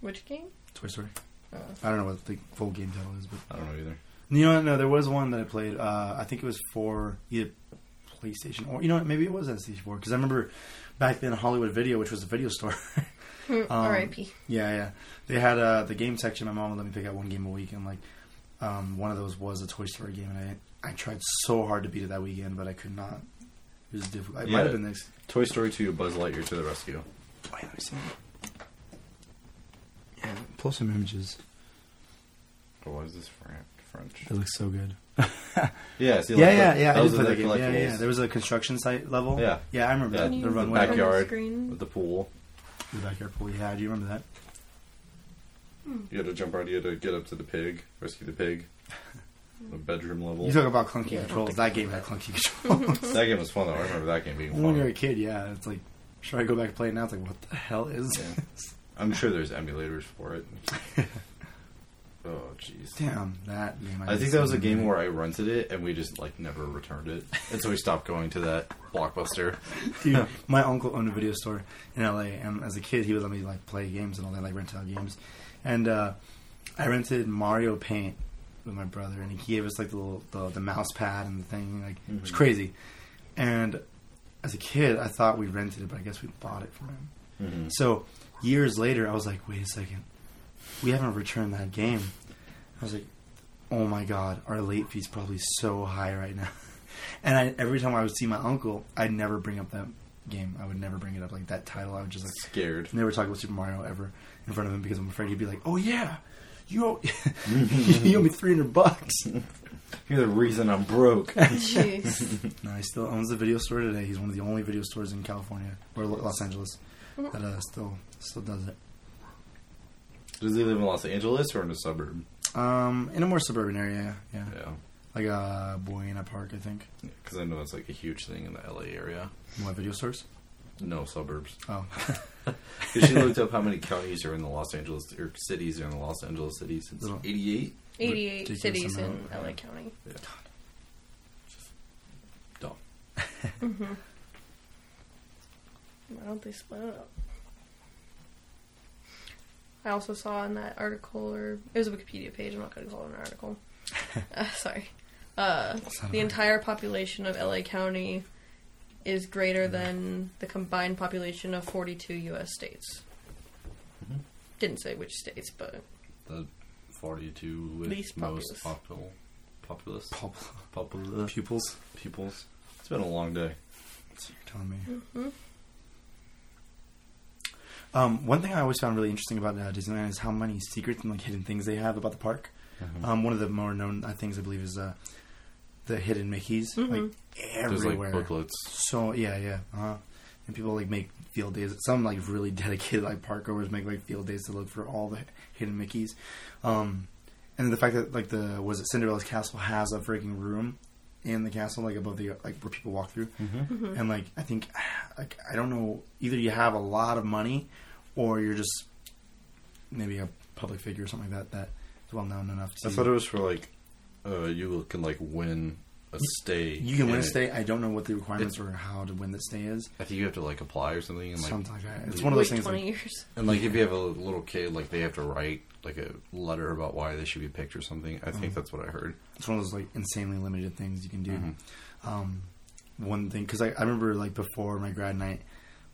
[SPEAKER 2] Which game?
[SPEAKER 3] Toy Story.
[SPEAKER 2] Oh.
[SPEAKER 3] I don't know what the full game title is, but
[SPEAKER 1] I don't know either.
[SPEAKER 3] you know, what? no, there was one that I played. Uh, I think it was for either PlayStation or you know, what, maybe it was E SNES4 because I remember back then Hollywood Video, which was a video store.
[SPEAKER 2] Hmm,
[SPEAKER 3] Um,
[SPEAKER 2] R.I.P.
[SPEAKER 3] Yeah, yeah. They had uh, the game section. My mom would let me pick out one game a week, and like um, one of those was a Toy Story game, and I I tried so hard to beat it that weekend, but I could not. It was difficult. It
[SPEAKER 1] Yeah.
[SPEAKER 3] might have been this.
[SPEAKER 1] Toy Story 2 Buzz Lightyear to the rescue.
[SPEAKER 3] Wait, let me see. Yeah, pull some images.
[SPEAKER 1] Or was this Fran- French?
[SPEAKER 3] It looks so good.
[SPEAKER 1] Yeah, see,
[SPEAKER 3] yeah, yeah,
[SPEAKER 1] the-
[SPEAKER 3] yeah. I
[SPEAKER 1] Those
[SPEAKER 3] did
[SPEAKER 1] are
[SPEAKER 3] play
[SPEAKER 1] the
[SPEAKER 3] that game. Yeah, yeah, yeah.
[SPEAKER 1] collectibles.
[SPEAKER 3] There was a construction site level.
[SPEAKER 1] Yeah.
[SPEAKER 3] yeah. I remember
[SPEAKER 1] Yeah,
[SPEAKER 3] that.
[SPEAKER 2] Can
[SPEAKER 3] The
[SPEAKER 2] you
[SPEAKER 1] run
[SPEAKER 2] zoom
[SPEAKER 3] runway,
[SPEAKER 1] back-
[SPEAKER 2] in on
[SPEAKER 1] Backyard.
[SPEAKER 2] screen?
[SPEAKER 1] With the pool.
[SPEAKER 3] the backyard pool. Yeah, do you remember that?
[SPEAKER 1] You had to jump around. You had to get up to the pig, rescue the pig. the bedroom level.
[SPEAKER 3] You talk about clunky
[SPEAKER 2] Yeah, I don't
[SPEAKER 3] controls.
[SPEAKER 2] think
[SPEAKER 3] That game had clunky controls.
[SPEAKER 1] That game was fun though. I remember that game being
[SPEAKER 3] when you're a
[SPEAKER 1] fun.
[SPEAKER 3] kid, yeah, it's like, should I go back and play it now? It's like, what the hell is
[SPEAKER 1] Yeah.
[SPEAKER 3] this?
[SPEAKER 1] I'm sure there's emulators for it. oh jeez.
[SPEAKER 3] Damn, that game.
[SPEAKER 1] I think that was a game where I rented it and we just like never returned it, and so we stopped going to that blockbuster.
[SPEAKER 3] Dude, my uncle owned a video store in LA, and as a kid, he would let me like play games and all that, like rent out games. And uh, I rented Mario Paint with my brother, and he gave us like the little the, the mouse pad and the thing. Like it was
[SPEAKER 1] Mhm.
[SPEAKER 3] crazy. And as a kid, I thought we rented it, but I guess we bought it from him. Mm-hmm. So years later, I was like, wait a second, we haven't returned that game. I was like, oh my god, our late fee's probably so high right now. And I, every time I would see my uncle, I'd never bring up that game. I would never bring it up like that title. I would just like
[SPEAKER 1] Scared.
[SPEAKER 3] never talk about Super Mario ever in front of him because I'm afraid he'd be like, oh yeah, you owe, you owe me three hundred bucks.
[SPEAKER 1] You're the reason I'm broke.
[SPEAKER 2] Jeez.
[SPEAKER 3] No, he still owns the video store today. He's one of the only video stores in California or Lo- Los Angeles that uh, still still does it.
[SPEAKER 1] Does he live in Los Angeles or in a suburb?
[SPEAKER 3] Um, in a more suburban area, yeah,
[SPEAKER 1] Yeah,
[SPEAKER 3] like uh, Buena Park, I think.
[SPEAKER 1] because I know that's like a huge thing in the LA area.
[SPEAKER 3] What video stores?
[SPEAKER 1] No suburbs.
[SPEAKER 3] Oh,
[SPEAKER 1] 'Cause she looked up how many counties are in the Los Angeles or cities are in the Los Angeles city since
[SPEAKER 3] Little-
[SPEAKER 1] '88.
[SPEAKER 2] 88
[SPEAKER 3] Ridiculous
[SPEAKER 2] cities in
[SPEAKER 3] amount.
[SPEAKER 2] LA County.
[SPEAKER 1] Dumb.
[SPEAKER 2] Mm-hmm. Why don't they split it up? I also saw in that article, or it was a Wikipedia page. I'm not going to call it an article. uh, sorry. Uh,
[SPEAKER 3] not
[SPEAKER 2] the
[SPEAKER 3] an
[SPEAKER 2] entire population of LA County is greater than the combined population of 42 U.S. states.
[SPEAKER 3] Mm-hmm.
[SPEAKER 2] Didn't say which states, but
[SPEAKER 1] the 42 with
[SPEAKER 2] Least
[SPEAKER 1] most
[SPEAKER 2] populous.
[SPEAKER 1] popul- populous
[SPEAKER 3] Pop-
[SPEAKER 1] populous
[SPEAKER 3] pupils.
[SPEAKER 1] peoples. It's been a long day.
[SPEAKER 2] mm-hmm.
[SPEAKER 3] That's what you're telling me. Um, one thing I always found really interesting about uh, Disneyland is how many secrets and like hidden things they have about the park.
[SPEAKER 1] Uh-huh.
[SPEAKER 3] Um, one of the more known uh, things I believe is uh, the hidden Mickey's, like
[SPEAKER 1] There's
[SPEAKER 3] everywhere.
[SPEAKER 1] like booklets.
[SPEAKER 3] So yeah, yeah, uh and people like make field days. Some like really dedicated like park goers make like field days to look for all the hidden Mickey's, um, and the fact that like the was it Cinderella's castle has a freaking room in the castle like above the like where people walk through, and like I think like I don't know either you have a lot of money or you're just maybe a public figure or something like that that is well known enough to
[SPEAKER 1] I thought it was for like uh, you can like win a stay.
[SPEAKER 3] you can win
[SPEAKER 1] in
[SPEAKER 3] a
[SPEAKER 1] it.
[SPEAKER 3] stay. I don't know what the requirements or how to win the stay is.
[SPEAKER 1] I think you have to like apply or something, and like
[SPEAKER 3] Something like that. It's
[SPEAKER 1] leave-
[SPEAKER 3] one of those
[SPEAKER 2] Wait
[SPEAKER 3] things.
[SPEAKER 2] twenty
[SPEAKER 3] like-
[SPEAKER 2] years.
[SPEAKER 1] and like if you have a little kid, like they have to write like a letter about why they should be picked or something. I think that's what I heard.
[SPEAKER 3] it's one of those like insanely limited things you can do. Um, one thing, because I, I remember like before my grad night,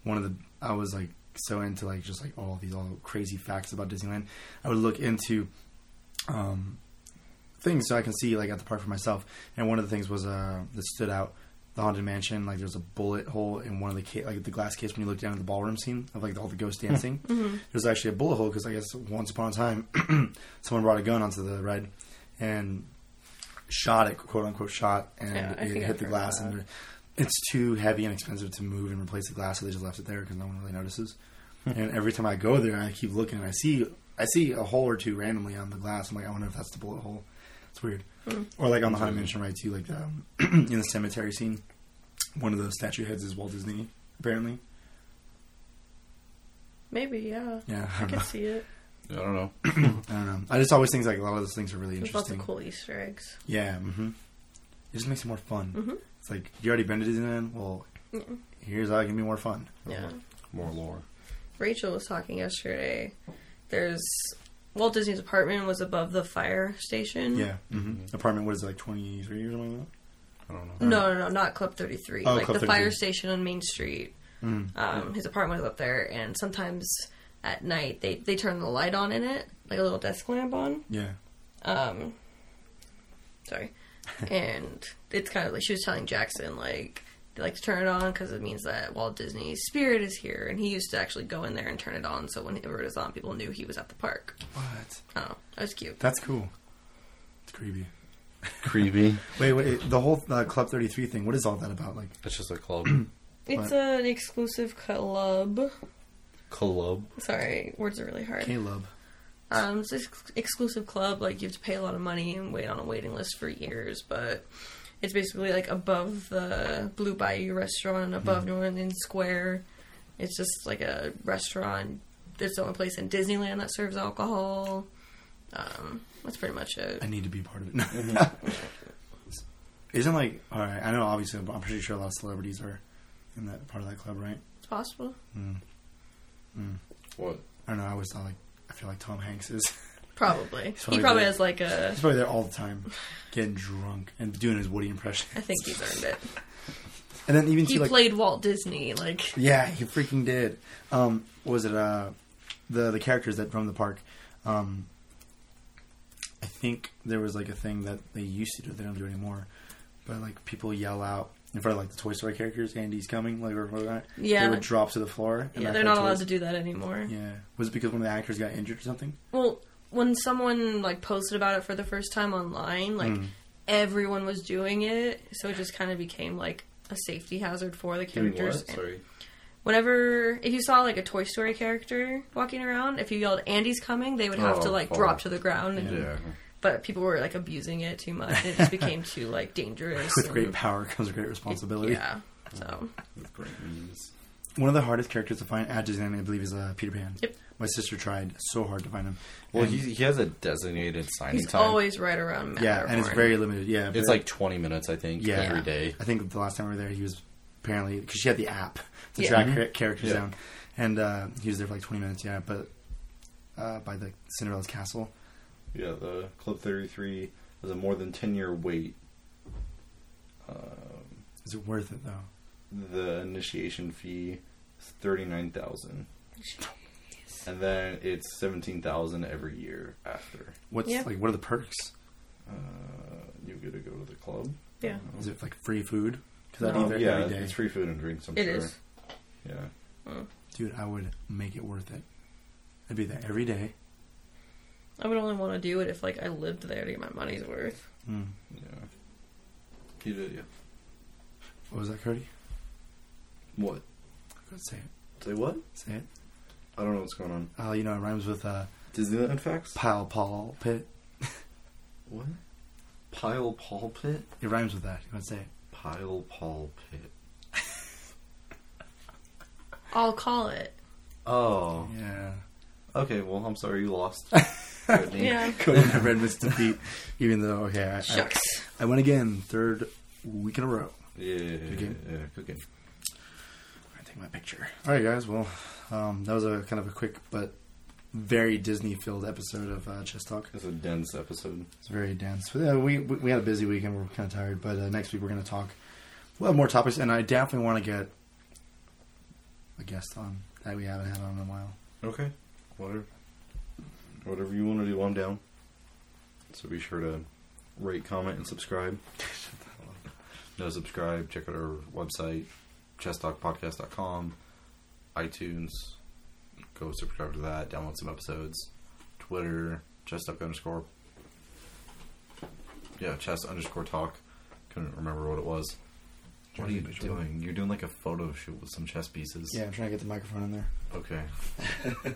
[SPEAKER 3] one of the I was like so into like just like all these all crazy facts about Disneyland. I would look into um, things so I can see like at the park for myself. And one of the things was uh, that stood out the haunted mansion. Like there's a bullet hole in one of the ca- like the glass case when you look down at the ballroom scene of like all the ghosts dancing.
[SPEAKER 2] Mm-hmm.
[SPEAKER 3] There's actually a bullet hole because I guess once upon a time someone brought a gun onto the ride and shot it, quote unquote shot, and
[SPEAKER 2] Yeah, I
[SPEAKER 3] it
[SPEAKER 2] think
[SPEAKER 3] hit
[SPEAKER 2] I've
[SPEAKER 3] the
[SPEAKER 2] heard
[SPEAKER 3] glass.
[SPEAKER 2] that.
[SPEAKER 3] And it's too heavy and expensive to move and replace the glass, so they just left it there because no one really notices.
[SPEAKER 2] Hmm.
[SPEAKER 3] and every time I go there, I keep looking. and I see I see a hole or two randomly on the glass. I'm like, I wonder if that's the bullet hole. It's weird.
[SPEAKER 2] Hmm.
[SPEAKER 3] Or like on the Haunted Mansion, right? Too, like the, in the cemetery scene, one of the statue heads is Walt Disney. Apparently,
[SPEAKER 2] Maybe yeah.
[SPEAKER 3] yeah. I
[SPEAKER 2] I
[SPEAKER 3] don't, know.
[SPEAKER 2] could see it.
[SPEAKER 1] I don't know.
[SPEAKER 3] I don't know. I just always think like a lot of those things are really
[SPEAKER 2] There's lots
[SPEAKER 3] interesting.
[SPEAKER 2] of cool Mm-hmm. Easter eggs.
[SPEAKER 3] Yeah, hmm it just makes it more fun. It's like you already been to Disneyland. Well, here's how it can be more fun.
[SPEAKER 2] Yeah.
[SPEAKER 1] More lore.
[SPEAKER 2] Rachel was talking yesterday. There's Walt Disney's apartment was above the fire station.
[SPEAKER 3] Yeah, hmm apartment. What is it like twenty three or something like
[SPEAKER 1] I don't know.
[SPEAKER 2] No, no, no, not Club 33.
[SPEAKER 3] Oh,
[SPEAKER 2] like
[SPEAKER 3] Club
[SPEAKER 2] the fire
[SPEAKER 3] 33.
[SPEAKER 2] station on Main Street.
[SPEAKER 3] that? Mm.
[SPEAKER 2] Um, his apartment was up there, and sometimes at night they, they turn the light on in it, like a little desk lamp on.
[SPEAKER 3] Yeah,
[SPEAKER 2] Um, sorry. and it's kind of like she was telling Jackson, like, they like to turn it on because it means that Walt Disney's spirit is here, and he used to actually go in there and turn it on so whenever it was on, people knew he was at the park.
[SPEAKER 3] what?
[SPEAKER 2] Oh, that was cute.
[SPEAKER 3] That's cool. It's creepy.
[SPEAKER 1] Creepy.
[SPEAKER 3] Wait, wait. The whole uh, Club Thirty Three thing. What is all that about? Like,
[SPEAKER 1] That's just a club.
[SPEAKER 2] It's an exclusive club.
[SPEAKER 1] club.
[SPEAKER 2] Sorry, words are really hard.
[SPEAKER 3] Caleb.
[SPEAKER 2] Um, it's an ex- exclusive club. Like you have to pay a lot of money and wait on a waiting list for years, but it's basically like above the Blue Bayou
[SPEAKER 3] Hmm.
[SPEAKER 2] restaurant, above New Orleans Square. It's just like a restaurant. It's the only place in Disneyland that serves alcohol. Um, that's pretty much it.
[SPEAKER 3] I need to be part of it. Isn't like all right? I know. Obviously, but I'm pretty sure a lot of celebrities are in that part of that club, right?
[SPEAKER 2] It's possible.
[SPEAKER 1] What?
[SPEAKER 3] I don't know. I always thought like I feel like Tom Hanks is.
[SPEAKER 2] Probably.
[SPEAKER 3] probably
[SPEAKER 2] he probably
[SPEAKER 3] there.
[SPEAKER 2] has like a.
[SPEAKER 3] He's probably there all the time, getting drunk and doing his Woody impression.
[SPEAKER 2] I think he's earned it.
[SPEAKER 3] And then even
[SPEAKER 2] He
[SPEAKER 3] see like
[SPEAKER 2] played Walt Disney. Like
[SPEAKER 3] yeah, he freaking did. Um, what was it uh, the the characters that roam the park? Um, I think there was like a thing that they used to do. They don't do anymore, but like people yell out in front of like the Toy Story characters, "Andy's coming!" Like or whatnot.
[SPEAKER 2] Yeah.
[SPEAKER 3] they would drop to the floor.
[SPEAKER 2] yeah, they're not allowed to do that anymore.
[SPEAKER 3] Yeah, was it because one of the actors got injured or something?
[SPEAKER 2] Well, when someone like posted about it for the first time online, like
[SPEAKER 3] Mm.
[SPEAKER 2] everyone was doing it, so it just kind of became like a safety hazard for the characters.
[SPEAKER 1] Sorry.
[SPEAKER 2] Whenever if you saw like a Toy Story character walking around, if you yelled "Andy's coming," they would have
[SPEAKER 1] Oh,
[SPEAKER 2] to like
[SPEAKER 1] fall.
[SPEAKER 2] drop to the ground. And,
[SPEAKER 1] Yeah.
[SPEAKER 2] But people were like abusing it too much. and It just became too like dangerous.
[SPEAKER 3] With
[SPEAKER 2] and-
[SPEAKER 3] great power comes great responsibility.
[SPEAKER 2] Yeah. So
[SPEAKER 1] With great memes.
[SPEAKER 3] One of the hardest characters to find at Disneyland, I believe, is uh, Peter Pan.
[SPEAKER 2] Yep.
[SPEAKER 3] My sister tried so hard to find him.
[SPEAKER 1] Well,
[SPEAKER 3] And-
[SPEAKER 1] he, he has a designated signing
[SPEAKER 2] he's
[SPEAKER 1] time.
[SPEAKER 2] always right around.
[SPEAKER 3] yeah, and it's
[SPEAKER 2] Matterhorn.
[SPEAKER 3] very limited. Yeah,
[SPEAKER 1] it's
[SPEAKER 3] very-
[SPEAKER 1] like 20 minutes, I think,
[SPEAKER 3] Yeah.
[SPEAKER 1] every
[SPEAKER 2] Yeah.
[SPEAKER 1] day.
[SPEAKER 3] I think the last time we were there, he was apparently because she had the app to
[SPEAKER 2] Yeah.
[SPEAKER 3] track her characters
[SPEAKER 1] Mm-hmm. Yeah.
[SPEAKER 3] down, and uh, he was there for like twenty minutes. Yeah, but uh, by the Cinderella's castle.
[SPEAKER 1] Yeah, the Club 33 was a more than 10 year wait. Um,
[SPEAKER 3] Is it worth it though?
[SPEAKER 1] the initiation fee is 39000
[SPEAKER 2] Jeez.
[SPEAKER 1] and then it's 17000 every year after.
[SPEAKER 3] What's
[SPEAKER 2] Yeah.
[SPEAKER 3] like? What are the perks?
[SPEAKER 1] Uh, you get to go to the club. Um,
[SPEAKER 2] Yeah.
[SPEAKER 3] Is it like free food? Because
[SPEAKER 2] No.
[SPEAKER 3] I'd eat there
[SPEAKER 1] yeah,
[SPEAKER 3] every day.
[SPEAKER 1] it's free food and drinks, I'm
[SPEAKER 2] It
[SPEAKER 1] sure.
[SPEAKER 2] is.
[SPEAKER 1] Yeah.
[SPEAKER 2] Mm.
[SPEAKER 3] dude, I would make it worth it. I'd be there every day.
[SPEAKER 2] I would only want to do it if like I lived there to get my money's worth.
[SPEAKER 3] Mm.
[SPEAKER 1] Yeah. Cute idea.
[SPEAKER 3] What was that, Cody?
[SPEAKER 1] What?
[SPEAKER 3] Go ahead, say it.
[SPEAKER 1] Say what?
[SPEAKER 3] Say it.
[SPEAKER 1] I don't know what's going on.
[SPEAKER 3] Oh, you know, it rhymes with uh,
[SPEAKER 1] Disneyland facts?
[SPEAKER 3] pile Paul pit.
[SPEAKER 1] what? Pile pulpit?
[SPEAKER 3] It rhymes with that. Go ahead, say it.
[SPEAKER 1] Pile pulpit.
[SPEAKER 2] I'll call it.
[SPEAKER 1] Oh.
[SPEAKER 3] Yeah.
[SPEAKER 1] Okay, well, I'm sorry you lost.
[SPEAKER 2] Yeah.
[SPEAKER 3] Cody never admits defeat, even though, okay, I, I,
[SPEAKER 2] Shucks.
[SPEAKER 3] I went again, third week in a row.
[SPEAKER 1] Yeah,
[SPEAKER 3] game.
[SPEAKER 1] yeah, good game.
[SPEAKER 3] I take my picture. All right, guys. Well, um, that was a kind of a quick but very Disney-filled episode of uh, Chess Talk.
[SPEAKER 1] It's a dense episode.
[SPEAKER 3] It's very dense. But, uh, we we we had a busy weekend. We're kind of tired, but uh, next week we're going to talk. We'll have more topics, and I definitely want to get a guest on that we haven't had on in a while.
[SPEAKER 1] Okay. Whatever. Whatever you want to do, I'm down. So be sure to rate, comment, and subscribe. no, subscribe. Check out our website, chesstalkpodcast.com, iTunes. Go subscribe to that. Download some episodes. Twitter, chess talk underscore. Yeah, chess underscore talk. Couldn't remember what it was. What are you doing? You're doing like a photo shoot with some chess pieces.
[SPEAKER 3] Yeah, I'm trying to get the microphone in there.
[SPEAKER 1] Okay.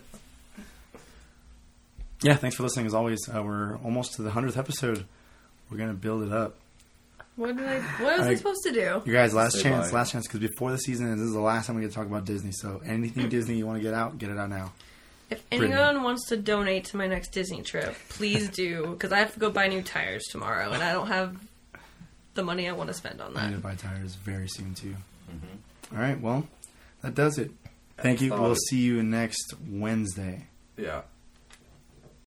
[SPEAKER 3] Yeah, thanks for listening. As always, uh, we're almost to the hundredth episode. We're gonna build it up.
[SPEAKER 2] What did I? What was I,
[SPEAKER 3] I-
[SPEAKER 2] supposed to do?
[SPEAKER 3] You guys, last
[SPEAKER 1] Say
[SPEAKER 3] chance,
[SPEAKER 1] bye.
[SPEAKER 3] last chance, because before the season ends, this is the last time we get to talk about Disney. So anything Disney you want to get out, get it out now.
[SPEAKER 2] If anyone
[SPEAKER 3] Brittany.
[SPEAKER 2] wants to donate to my next Disney trip, please do, because I have to go buy new tires tomorrow, and I don't have the money I want to spend on
[SPEAKER 3] I need
[SPEAKER 2] that.
[SPEAKER 3] to buy tires very soon too. All right, well, that does it. Thank you.
[SPEAKER 1] Solid.
[SPEAKER 3] We'll see you next Wednesday.
[SPEAKER 1] Yeah.